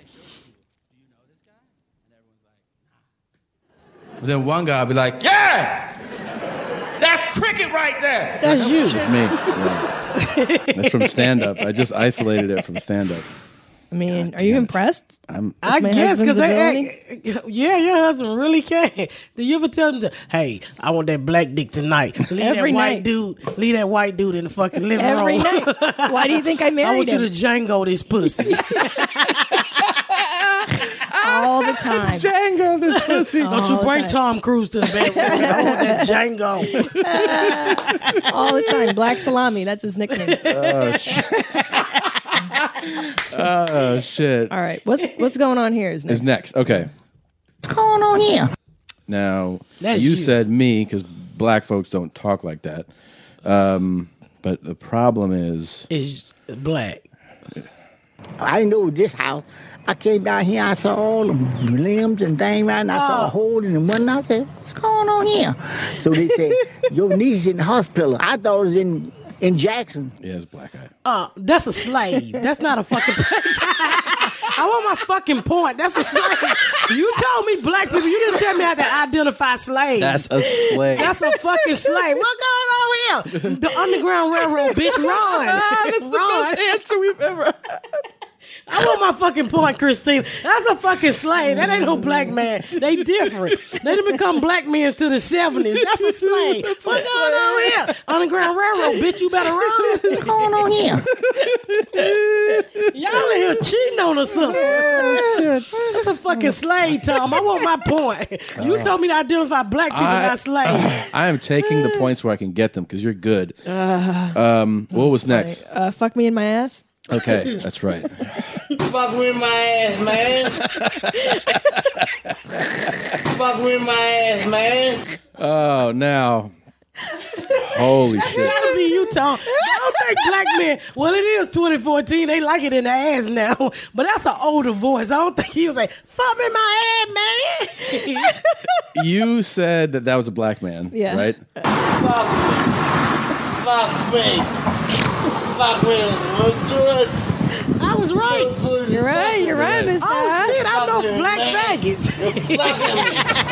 Speaker 16: But then one guy will be like, yeah, that's cricket right there.
Speaker 2: That's you.
Speaker 1: That's me. Yeah. That's from stand up. I just isolated it from stand up.
Speaker 2: I mean, are you impressed?
Speaker 1: I'm
Speaker 2: With
Speaker 3: I
Speaker 2: my
Speaker 3: guess because
Speaker 2: husband's
Speaker 3: they, act- yeah, your husband really can. Do you ever tell him, to, "Hey, I want that black dick tonight"? Leave
Speaker 2: Every
Speaker 3: that
Speaker 2: night.
Speaker 3: white dude, leave that white dude in the fucking living
Speaker 2: Every
Speaker 3: room.
Speaker 2: night. Why do you think I
Speaker 3: I
Speaker 2: married
Speaker 3: want
Speaker 2: him?
Speaker 3: you to Django this pussy.
Speaker 2: all the time.
Speaker 3: Django this pussy. Don't
Speaker 2: All
Speaker 3: you
Speaker 2: the
Speaker 3: bring
Speaker 2: time.
Speaker 3: Tom Cruise to the bedroom? I want that Django.
Speaker 2: all the time. Black salami. That's his nickname.
Speaker 1: Oh, shit. oh, shit.
Speaker 2: All right. What's what's going on here? Is
Speaker 1: Is next. Okay.
Speaker 2: What's going on here?
Speaker 1: Now,
Speaker 2: That's
Speaker 1: you,
Speaker 2: you.
Speaker 1: said me because black folks don't talk like that. Um, but the problem is.
Speaker 3: Is black.
Speaker 17: I know this house. I came down here, I saw all the limbs and things right, and I saw a hole in the one, and I said, what's going on here? So they said, your niece is in the hospital. I thought it was in, in Jackson.
Speaker 1: Yeah, it's black eye.
Speaker 3: Uh, that's a slave. That's not a fucking. I want my fucking point. That's a slave. You told me black people. You didn't tell me how to identify slaves.
Speaker 1: That's a slave.
Speaker 3: That's a fucking slave. What going on here? The Underground Railroad, bitch, run.
Speaker 7: That's the best
Speaker 3: answer we've ever had. I want my fucking point, Christine. That's a fucking slave. That ain't no black man. They different. They done become black men to the 70s. That's a slave. What's going on here? Underground Railroad, bitch, you better run. What's going on here? Y'all in here cheating on us, sister. That's a fucking slave, Tom. I want my point. You
Speaker 1: Oh.
Speaker 3: told me to identify black people
Speaker 1: I- uh-huh.
Speaker 3: as slaves.
Speaker 1: I am taking the points where I can get them because you're good.
Speaker 2: Uh,
Speaker 1: Um, what was next?
Speaker 2: uh, fuck me in my ass.
Speaker 1: Okay, that's right.
Speaker 7: Fuck with my ass, man. Fuck with my ass, man.
Speaker 1: Oh, now. Holy shit.
Speaker 3: That'll be you, Tom. I don't think black men. Well, it is 2014. They like it in the ass now, but that's an older voice. I don't think he was like, "Fuck me in my ass, man."
Speaker 1: You said that that was a black man,
Speaker 7: Yeah.
Speaker 1: right?
Speaker 7: Fuck me. Fuck me. Good.
Speaker 3: I was
Speaker 7: right.
Speaker 2: You're right, you're right, Miss
Speaker 7: Oh
Speaker 2: Di.
Speaker 7: shit, I know black
Speaker 3: faggots.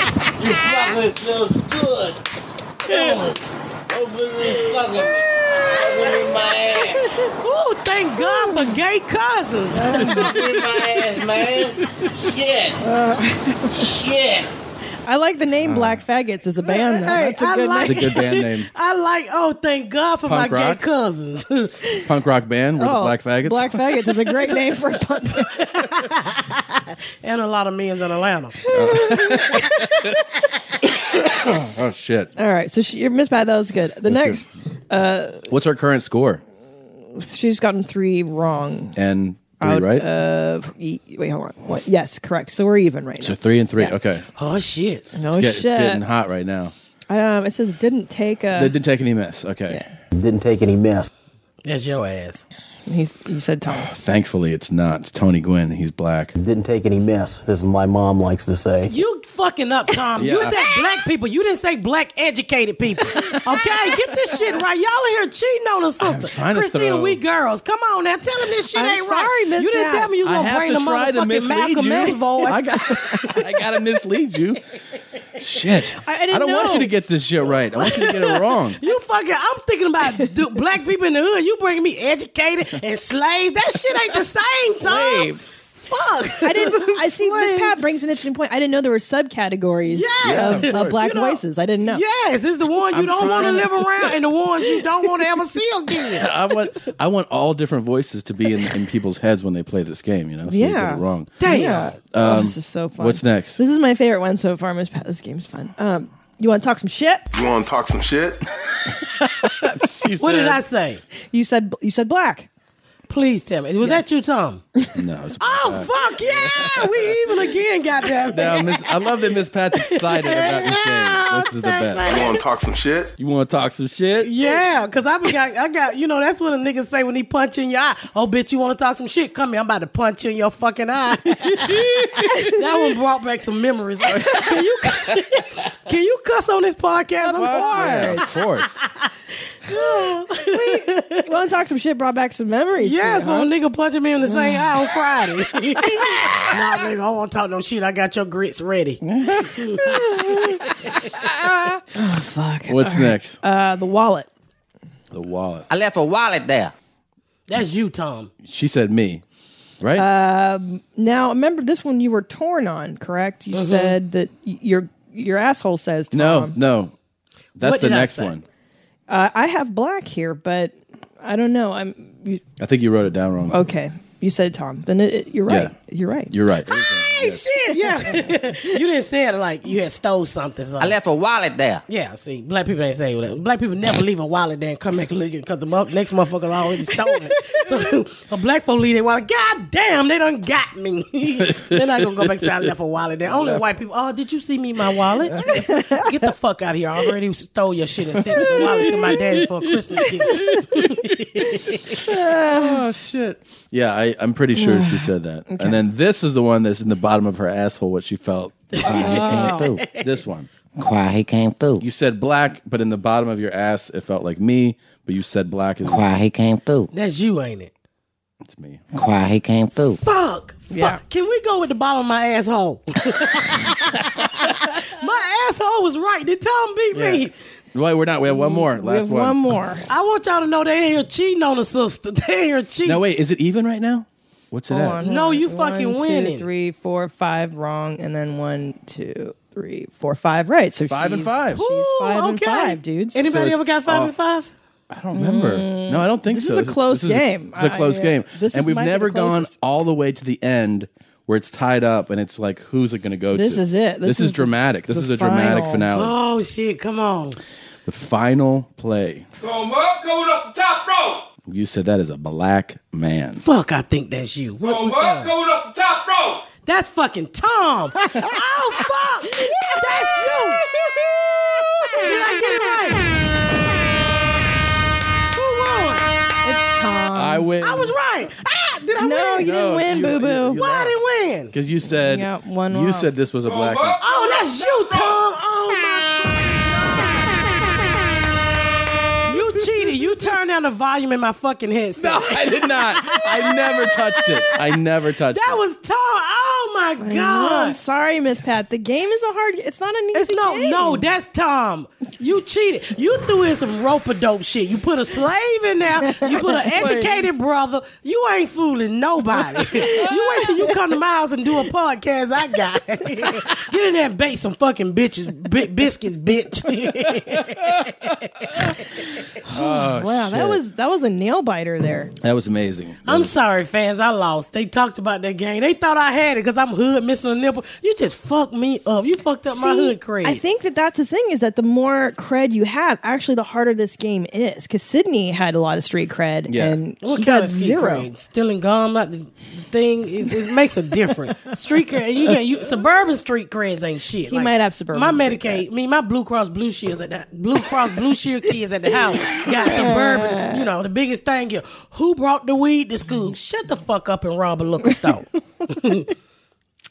Speaker 7: You fucking me. You fucking feel good. Oh, Open this fucking open my ass.
Speaker 3: Ooh, thank God for gay cousins.
Speaker 7: Open my ass, man. Shit. Shit.
Speaker 2: I like the
Speaker 1: Uh.
Speaker 2: name Black Faggots as a band though.
Speaker 3: Hey,
Speaker 2: That's a
Speaker 3: I
Speaker 2: good
Speaker 3: like-
Speaker 1: It's a good band name.
Speaker 3: I like. Oh, thank God for
Speaker 1: Punk
Speaker 3: my
Speaker 1: rock?
Speaker 3: gay cousins.
Speaker 1: Punk rock band. We're the
Speaker 3: Oh,
Speaker 1: Black Faggots.
Speaker 3: Black
Speaker 2: Faggots is a great name for a punk.
Speaker 3: and a lot of men's in Atlanta.
Speaker 1: oh shit.
Speaker 2: All right, so she, your Miss Bad, that was good. The next, uh,
Speaker 1: What's our current score?
Speaker 2: she's gotten three wrong.
Speaker 1: And three,
Speaker 2: Out
Speaker 1: right?
Speaker 2: of e- wait, hold on. What? Yes, correct. So we're even right
Speaker 1: so three and three.
Speaker 2: Yeah.
Speaker 1: Okay.
Speaker 3: Oh shit.
Speaker 2: No
Speaker 1: it's, get- it's
Speaker 2: shit.
Speaker 1: getting hot right now.
Speaker 2: now. Um, it says didn't take
Speaker 1: they
Speaker 2: a.
Speaker 1: didn't take any mess. Okay.
Speaker 14: Didn't take any mess.
Speaker 3: That's your ass.
Speaker 2: He's. You said Tom.
Speaker 1: Thankfully, it's not. It's Tony Gwynn. He's black.
Speaker 14: Didn't take any mess, as my mom likes to say.
Speaker 3: You fucking up, Tom. You
Speaker 14: Yeah.
Speaker 3: said black people. You didn't say black educated people. Okay, get this shit right. Y'all in here cheating on us, sister.
Speaker 1: trying to
Speaker 3: Christina,
Speaker 1: throw-
Speaker 3: we girls. Come on now. Tell them this shit
Speaker 2: I'm
Speaker 3: ain't
Speaker 2: sorry,
Speaker 3: right.
Speaker 2: Miss
Speaker 3: you didn't
Speaker 2: Pat.
Speaker 3: tell me you
Speaker 2: I
Speaker 3: was
Speaker 2: have to try to
Speaker 3: gonna bring the
Speaker 2: mislead
Speaker 3: motherfucking Malcolm
Speaker 2: you.
Speaker 3: X voice.
Speaker 2: I
Speaker 1: I gotta mislead you. Shit.
Speaker 3: I- I didn't
Speaker 1: don't want
Speaker 3: know.
Speaker 1: you to get this shit right. I want you to get it wrong.
Speaker 3: You fucking, I'm thinking about du- black people in the hood. You bringing me educated and slaves. That shit ain't the same, Tom.
Speaker 1: Slaves.
Speaker 3: Fuck.
Speaker 2: I didn't. I see. Miss Pat
Speaker 3: Slaves.
Speaker 2: brings an interesting point. I didn't know there were subcategories
Speaker 3: Yes,
Speaker 2: of,
Speaker 3: of
Speaker 2: of
Speaker 3: course.
Speaker 2: black
Speaker 3: You know-
Speaker 2: voices. I didn't know.
Speaker 3: Yes, it's the one you
Speaker 2: I'm
Speaker 3: don't want to
Speaker 2: trying.
Speaker 3: live around and the ones you don't want to ever see again.
Speaker 1: I want I want all different voices to be in, in people's heads when they play this game. You know, so you
Speaker 2: Yeah.
Speaker 1: get it wrong.
Speaker 2: Damn. Yeah. Oh, this
Speaker 1: is
Speaker 2: so fun.
Speaker 1: What's next?
Speaker 2: This is my favorite one so far, Miss Pat. This game's fun. Um, you want to talk some shit?
Speaker 5: You want to talk some shit?
Speaker 3: what did
Speaker 5: said-
Speaker 3: I say?
Speaker 2: You said you said black.
Speaker 3: Please tell me. Was that you, Tom?
Speaker 1: No. It's
Speaker 3: Oh fuck yeah! We even again, goddamn.
Speaker 1: Now, Miss, I love that Miss Pat's excited about this game. This is the best.
Speaker 5: You want to talk some shit?
Speaker 1: You want to talk some shit?
Speaker 3: Yeah, cause I be got, I got, you know, that's what a nigga say when he punch you in your eye. Oh, bitch, you want to talk some shit? Come here, I'm about to punch you in your fucking eye. that one brought back some memories. can you, can you cuss on this podcast? I'm sorry.
Speaker 1: Yeah, of course.
Speaker 2: Wait, want to talk some shit? Brought back some memories.
Speaker 3: Yes,
Speaker 2: for you,
Speaker 3: when
Speaker 2: huh?
Speaker 3: a nigga punching me in the same eye on Friday. nah, nigga, I
Speaker 2: Friday.
Speaker 3: don't want to talk no shit. I got your grits ready.
Speaker 2: oh fuck.
Speaker 1: What's
Speaker 2: All right.
Speaker 1: next?
Speaker 2: Uh, the wallet.
Speaker 1: The wallet.
Speaker 15: I left a wallet there.
Speaker 3: That's you, Tom.
Speaker 1: She said me, right?
Speaker 3: Uh,
Speaker 2: Um, now remember this one you were torn on, correct? You
Speaker 3: Mm-hmm.
Speaker 1: Mhm.
Speaker 2: said that y- your your asshole says Tom.
Speaker 3: um,
Speaker 1: no, no. That's
Speaker 2: What
Speaker 1: the
Speaker 2: did I
Speaker 1: next
Speaker 2: say?
Speaker 1: one.
Speaker 2: Uh, I have black here, but I don't know. I'm you,
Speaker 1: I think you wrote it down wrong.
Speaker 2: okay. You said Tom. Then it, it- you're
Speaker 1: Yeah.
Speaker 2: right. You're right.
Speaker 1: You're right.
Speaker 3: Hey, shit, yeah. you didn't say it like you had stole something. So. I left
Speaker 15: a wallet there.
Speaker 3: Yeah, see, black people ain't say that. Black people never leave a wallet there and come back and look at because the mo- next motherfucker already stolen. so a black folk leave their wallet. God damn, they done got me. They're not gonna go back and say I left a wallet there. Only white people. Oh, did you see me my wallet? Get the fuck out of here! I already stole your shit and sent the wallet to my daddy for a Christmas gift.
Speaker 1: oh shit. Yeah, I, I'm pretty sure she said that.
Speaker 3: Okay.
Speaker 1: And then this is the one that's in the bottom of her asshole. What she felt.
Speaker 6: Oh.
Speaker 15: Why he can't poop.
Speaker 1: This one.
Speaker 15: Why he can't poop.
Speaker 1: You said black, but in the bottom of your ass, it felt like me. But you said black is
Speaker 15: Why he can't poop.
Speaker 3: That's you, ain't it?
Speaker 15: Why he can't poop.
Speaker 3: Fuck. Fuck. Can we go with the bottom of my asshole? my asshole was right. Did Tom beat me?
Speaker 1: Wait, we're not. We have one more. Last one.
Speaker 3: I want y'all to know they ain't here cheating on the sister. They ain't here cheating.
Speaker 1: Now wait, is it even right now? What's it
Speaker 2: Hold
Speaker 1: at?
Speaker 2: on,
Speaker 3: No,
Speaker 2: hold on.
Speaker 3: you fucking
Speaker 2: One, two,
Speaker 3: winning.
Speaker 2: three, four, five wrong, and then one, two, three, four, five right. So
Speaker 1: Five and
Speaker 2: she's-
Speaker 1: five.
Speaker 2: She's
Speaker 1: Ooh,
Speaker 2: five and
Speaker 3: okay.
Speaker 2: five, dudes.
Speaker 3: Anybody
Speaker 1: So
Speaker 3: ever got five
Speaker 1: off.
Speaker 3: and five?
Speaker 1: I don't remember. No, I don't think
Speaker 2: This
Speaker 1: so.
Speaker 2: is a close
Speaker 1: this
Speaker 2: game.
Speaker 1: It's a
Speaker 2: I-
Speaker 1: close
Speaker 2: yeah.
Speaker 1: game.
Speaker 2: This
Speaker 1: and
Speaker 2: is-
Speaker 1: we've
Speaker 2: might be the
Speaker 1: never gone
Speaker 2: closest.
Speaker 1: all the way to the end where it's tied up and it's like who's it going to go to?
Speaker 3: This is it.
Speaker 1: This,
Speaker 3: This
Speaker 1: is,
Speaker 3: is the-
Speaker 1: dramatic. This is a dramatic finale.
Speaker 3: Oh shit! Come on.
Speaker 1: The final play.
Speaker 3: Come up, coming up the top rope.
Speaker 1: You said that is a black man.
Speaker 3: Fuck, I think that's you. What was that?
Speaker 5: coming up the top rope.
Speaker 3: That's fucking Tom. oh fuck! That's you. Did I get it right? Who won? It's Tom.
Speaker 1: I win.
Speaker 3: I was right. Ah, did I
Speaker 2: No,
Speaker 3: win? Oh
Speaker 2: you didn't No, win, you- boo-boo. you- you
Speaker 3: Why I didn't win?
Speaker 1: Because you said
Speaker 3: Yeah, one
Speaker 1: you
Speaker 3: off.
Speaker 1: said this was a black man.
Speaker 3: Oh, that's you, Tom. Oh my. You cheated. You turned down the volume in my fucking head.
Speaker 1: No, I did not. I never touched it. I never touched
Speaker 3: That
Speaker 1: it.
Speaker 3: was Tom. Oh my
Speaker 2: I know.
Speaker 3: god.
Speaker 2: I'm sorry, Miss Pat. The game is a hard. It's not an easy.
Speaker 3: It's no,
Speaker 2: game.
Speaker 3: no, that's Tom. You cheated. You threw in some rope a dope shit. You put a slave in there. You put an educated brother. You ain't fooling nobody. you wait till you come to my house and do a podcast. I got. Get in there and bake some fucking bitches, bi- biscuits, bitch.
Speaker 1: Oh,
Speaker 2: wow, that
Speaker 1: shit.
Speaker 2: was that was a nail biter there.
Speaker 1: that was amazing.
Speaker 3: I'm sorry, fans. I lost. They talked about that game. They thought I had it because I'm hood missing a nipple. You just fucked me up. You fucked up my
Speaker 2: See,
Speaker 3: hood cred.
Speaker 2: I think that that's the thing is that the more cred you have, actually, the harder this game is. Because Sydney had a lot of street cred, and
Speaker 3: What
Speaker 2: he
Speaker 3: kind
Speaker 2: got
Speaker 3: of street
Speaker 2: zero.
Speaker 3: cred? Stealing gum, not the thing. It, it makes a difference. street cred, you, got- you suburban street creds ain't shit.
Speaker 2: He might have suburban
Speaker 3: My
Speaker 2: street
Speaker 3: Medicaid, I mean my Blue Cross Blue Shields at the Blue Cross Blue Shield kids at the house got suburban. You know the biggest thing here. Who brought the weed to school? Shut the fuck up and rob a liquor store.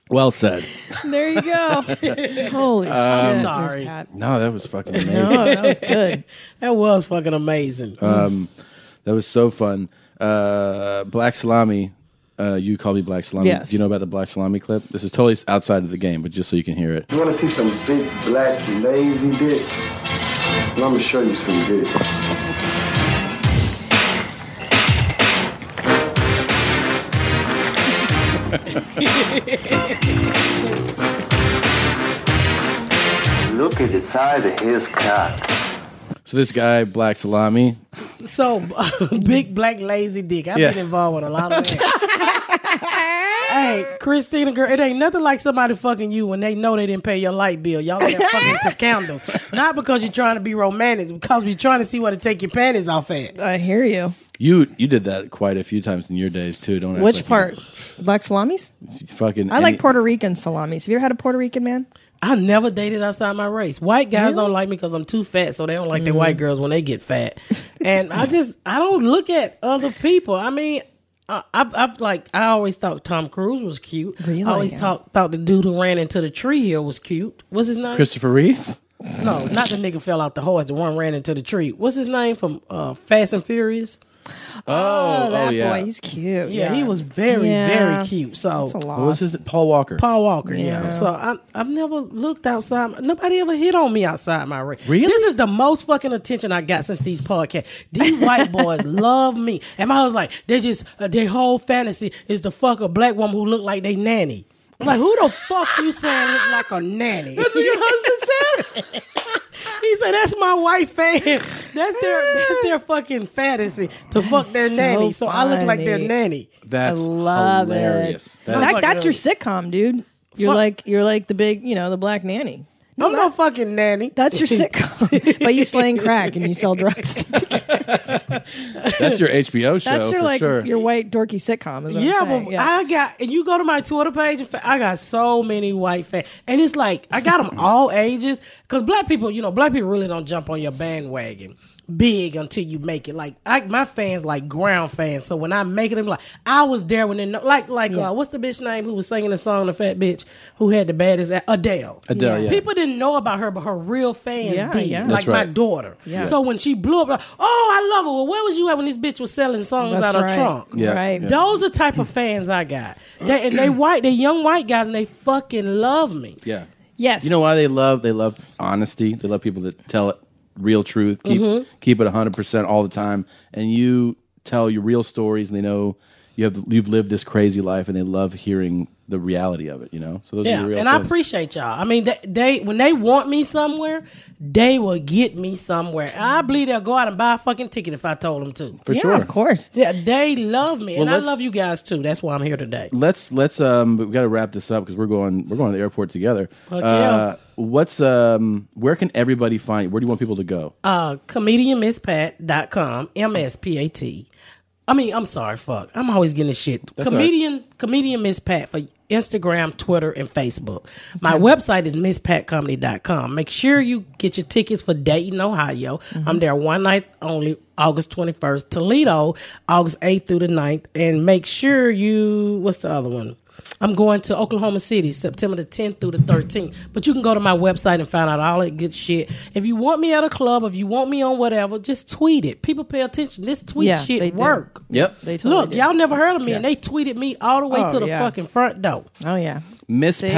Speaker 1: Well said.
Speaker 2: There you go. Holy shit!
Speaker 1: Um,
Speaker 2: Miss
Speaker 3: sorry.
Speaker 2: Pat.
Speaker 1: No, that was fucking amazing.
Speaker 3: No, that
Speaker 2: was good.
Speaker 3: that was fucking amazing.
Speaker 1: Um, that was so fun. Uh, Black Salami, uh, you call me Black Salami.
Speaker 18: Yes.
Speaker 1: Do you know about the Black Salami clip? This is totally outside of the game, but just so you can hear it.
Speaker 18: You wanna see some big black lazy dick? Well, I'm gonna show you some dick.
Speaker 5: Oh,
Speaker 18: Look at the side of his cock.
Speaker 1: So this guy, Black Salami,
Speaker 3: So, big black lazy dick. I've
Speaker 1: Yeah.
Speaker 3: been involved with a lot of that. hey, Christina, girl, it ain't nothing like somebody fucking you when they know they didn't pay your light bill. Y'all got fucking to candle. Not because you're trying to be romantic, because we're trying to see where to take your panties off at.
Speaker 2: I hear you.
Speaker 1: you you did that quite a few times in your days too. Don't act
Speaker 2: Which
Speaker 1: like
Speaker 2: part? Black salamis?
Speaker 1: you- fucking.
Speaker 2: I like
Speaker 1: any-
Speaker 2: Puerto Rican salamis. Have you ever had a Puerto Rican man?
Speaker 3: I never dated outside my race. White guys don't like me because I'm too fat, so they don't
Speaker 2: Mm.
Speaker 3: like their white girls when they get fat. And I just I don't look at other people. I mean, I, I've, I've like I always thought Tom Cruise was cute. I always
Speaker 2: Really?
Speaker 3: thought thought the dude who ran into the tree here was cute. What's his name?
Speaker 1: Christopher Reeve.
Speaker 3: No, not the nigga fell out the horse. The one ran into the tree. What's his name from uh, Fast and Furious?
Speaker 1: Oh,
Speaker 2: that oh, yeah. boy, he's cute.
Speaker 3: Yeah,
Speaker 2: Yeah.
Speaker 3: he was very,
Speaker 2: Yeah.
Speaker 3: very cute. So
Speaker 2: That's a
Speaker 1: What was his? Paul Walker.
Speaker 3: Paul Walker. Yeah.
Speaker 1: Yeah.
Speaker 3: So I, I've never looked outside. my- Nobody ever hit on me outside my race.
Speaker 1: Really?
Speaker 3: This is the most fucking attention I got since these podcasts. These white boys love me, and my husband's like, they just uh, their whole fantasy is to fuck a black woman who look like they nanny. I'm like, who the fuck you saying look like a nanny? That's what your husband said. he said that's my white fan. That's their that's their fucking fantasy to fuck their
Speaker 2: so
Speaker 3: nanny. So I look like their
Speaker 2: funny.
Speaker 3: nanny.
Speaker 1: That's
Speaker 2: I love
Speaker 1: hilarious.
Speaker 2: it.
Speaker 1: That is-
Speaker 2: That, that's your sitcom, dude. You're
Speaker 3: Fuck.
Speaker 2: like you're like the big, you know, the black nanny.
Speaker 3: No, I'm no fucking nanny.
Speaker 2: That's your sitcom. but you slang crack and you sell drugs.
Speaker 1: That's your HBO show
Speaker 2: that's your
Speaker 1: for
Speaker 2: like
Speaker 1: sure.
Speaker 2: your white dorky sitcom. Is what
Speaker 3: yeah,
Speaker 2: I'm saying.
Speaker 3: but
Speaker 2: yeah.
Speaker 3: I got and you go to my Twitter page. and fa- I got so many white fans, and it's like I got them all ages. Because black people, you know, black people really don't jump on your bandwagon big until you make it. Like I, my fans, like ground fans. So when I make it, I'm like, I was there when they know, like like uh, what's the bitch name who was singing the song, the fat bitch who had the baddest a- Adele.
Speaker 1: Adele, yeah.
Speaker 3: People didn't know about her, but her real fans
Speaker 2: Yeah,
Speaker 3: did.
Speaker 2: yeah. That's
Speaker 3: Like my
Speaker 1: right.
Speaker 3: daughter.
Speaker 2: Yeah.
Speaker 3: So when she blew up, like, oh, I love her. Well, where was you at when this bitch was selling songs
Speaker 2: That's
Speaker 3: out of
Speaker 2: right.
Speaker 3: trunk?
Speaker 1: Yeah, Right. yeah.
Speaker 3: Those are type of fans I got. They and they white, they young white guys, and they fucking love me.
Speaker 1: yeah.
Speaker 2: Yes.
Speaker 1: You know why they love? They love honesty. They love people that tell it real truth. Keep
Speaker 2: Mm-hmm.
Speaker 3: Mhm.
Speaker 1: keep it hundred percent all the time. And you tell your real stories, and they know you have you've lived this crazy life, and they love hearing the reality of it. You know. So those are
Speaker 3: Yeah,
Speaker 1: the real.
Speaker 3: and I
Speaker 1: fans.
Speaker 3: appreciate y'all. I mean, they, they when they want me somewhere, they will get me somewhere. And I believe they'll go out and buy a fucking ticket if I told them to.
Speaker 1: For Yeah, sure. of
Speaker 2: course.
Speaker 3: Yeah, they love me,
Speaker 1: Well,
Speaker 3: and I
Speaker 1: let's-
Speaker 3: love you guys too. That's why I'm here today.
Speaker 1: Let's let's um we got to wrap this up because we're going we're going to the airport together.
Speaker 3: Fuck
Speaker 1: Uh, what's um where can everybody find? Where do you want people to go?
Speaker 3: uh comedianmisspat.com mspat i mean i'm sorry fuck i'm always getting this shit
Speaker 1: That's all right.
Speaker 3: comedian comedian miss pat for instagram twitter and facebook my
Speaker 2: Mm-hmm.
Speaker 3: website is misspatcomedy.com make sure you get your tickets for dayton ohio
Speaker 2: Mm-hmm.
Speaker 3: i'm there one night only august 21st toledo august 8th through the 9th and make sure you what's the other one I'm going to Oklahoma City September the 10th through the 13th. But you can go to my website and find out all that good shit. If you want me at a club, if you want me on whatever, just tweet it. People pay attention. This tweet
Speaker 2: Yeah,
Speaker 3: shit
Speaker 2: they do.
Speaker 3: work.
Speaker 1: Yep.
Speaker 3: Look, y'all never heard of me, and
Speaker 1: Yeah.
Speaker 3: they tweeted me all the way
Speaker 2: Oh,
Speaker 3: to the
Speaker 2: yeah.
Speaker 3: fucking front door.
Speaker 2: Oh yeah,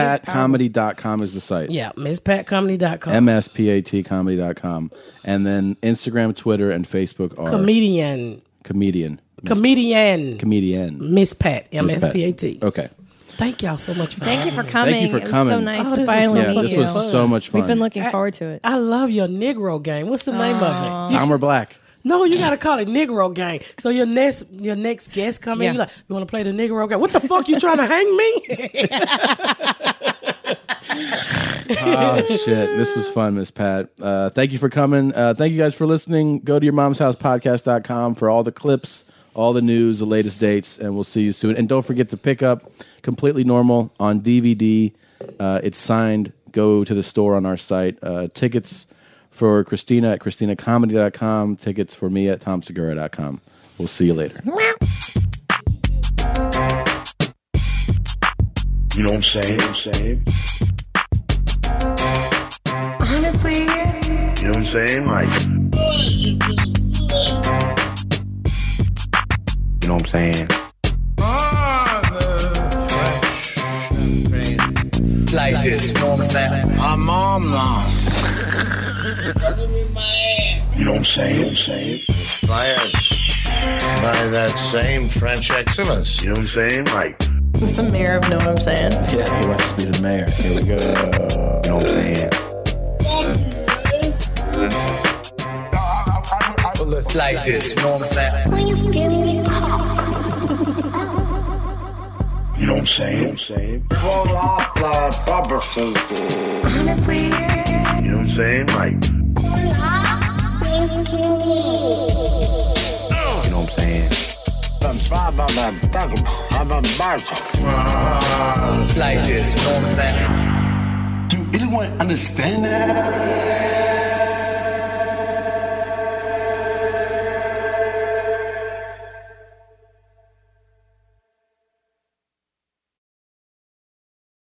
Speaker 1: MissPatComedy.com is the site.
Speaker 3: yeah, misspatcomedy.com.
Speaker 1: MSPATcomedy.com. And then Instagram, Twitter, and Facebook are
Speaker 3: comedian,
Speaker 1: comedian.
Speaker 3: comedian,
Speaker 1: Comedian.
Speaker 3: Miss Pat, M
Speaker 1: Miss
Speaker 3: S
Speaker 1: Pat. Oh.
Speaker 3: P A T.
Speaker 1: Okay.
Speaker 3: Thank y'all so much for
Speaker 2: Thank you
Speaker 3: having
Speaker 2: for
Speaker 3: me.
Speaker 2: coming.
Speaker 1: Thank you for
Speaker 2: it was so
Speaker 1: coming.
Speaker 2: nice to
Speaker 3: Oh, this was
Speaker 2: finally
Speaker 1: yeah,
Speaker 2: meet
Speaker 1: this
Speaker 2: you.
Speaker 1: was so much fun.
Speaker 2: We've been looking forward to it.
Speaker 3: I love your Negro game. What's the name of it? You
Speaker 1: Tom or Black.
Speaker 3: No, you gotta call it Negro gang. So your next your next guest come
Speaker 2: Yeah.
Speaker 3: in, you like, you wanna play the Negro gang? What the fuck you trying to hang me?
Speaker 1: Oh, shit. This was fun, Miss Pat. Uh, thank you for coming. Uh, thank you guys for listening. Go to your mom's house podcast.com for all the clips, all the news, the latest dates, and we'll see you soon. And don't forget to pick up Completely Normal on DVD. Uh, it's signed. Go to the store on our site. Uh, tickets for Christina at ChristinaComedy.com. Tickets for me at TomSegura.com. We'll see you later.
Speaker 8: You know what I'm saying? You know what I'm saying?
Speaker 5: Honestly.
Speaker 8: You know what I'm saying? Like, you know what I'm saying?
Speaker 7: Like this, you know what I'm saying? My mom now.
Speaker 8: You know what I'm saying? You know what I'm saying?
Speaker 7: By, by that same French excellence. You know what I'm saying? Like,
Speaker 2: the mayor of know what I'm saying.
Speaker 1: Yeah, he wants to be the mayor. Here we go. You know what I'm saying?
Speaker 7: like this, you know what I'm saying?
Speaker 5: Please give me a
Speaker 8: You know what I'm saying? You know what I'm saying?
Speaker 5: Honestly.
Speaker 8: You know what I'm saying? Like,
Speaker 5: Please give me.
Speaker 8: you know what I'm saying?
Speaker 7: Like this, you know what I'm saying?
Speaker 19: Do anyone understand that?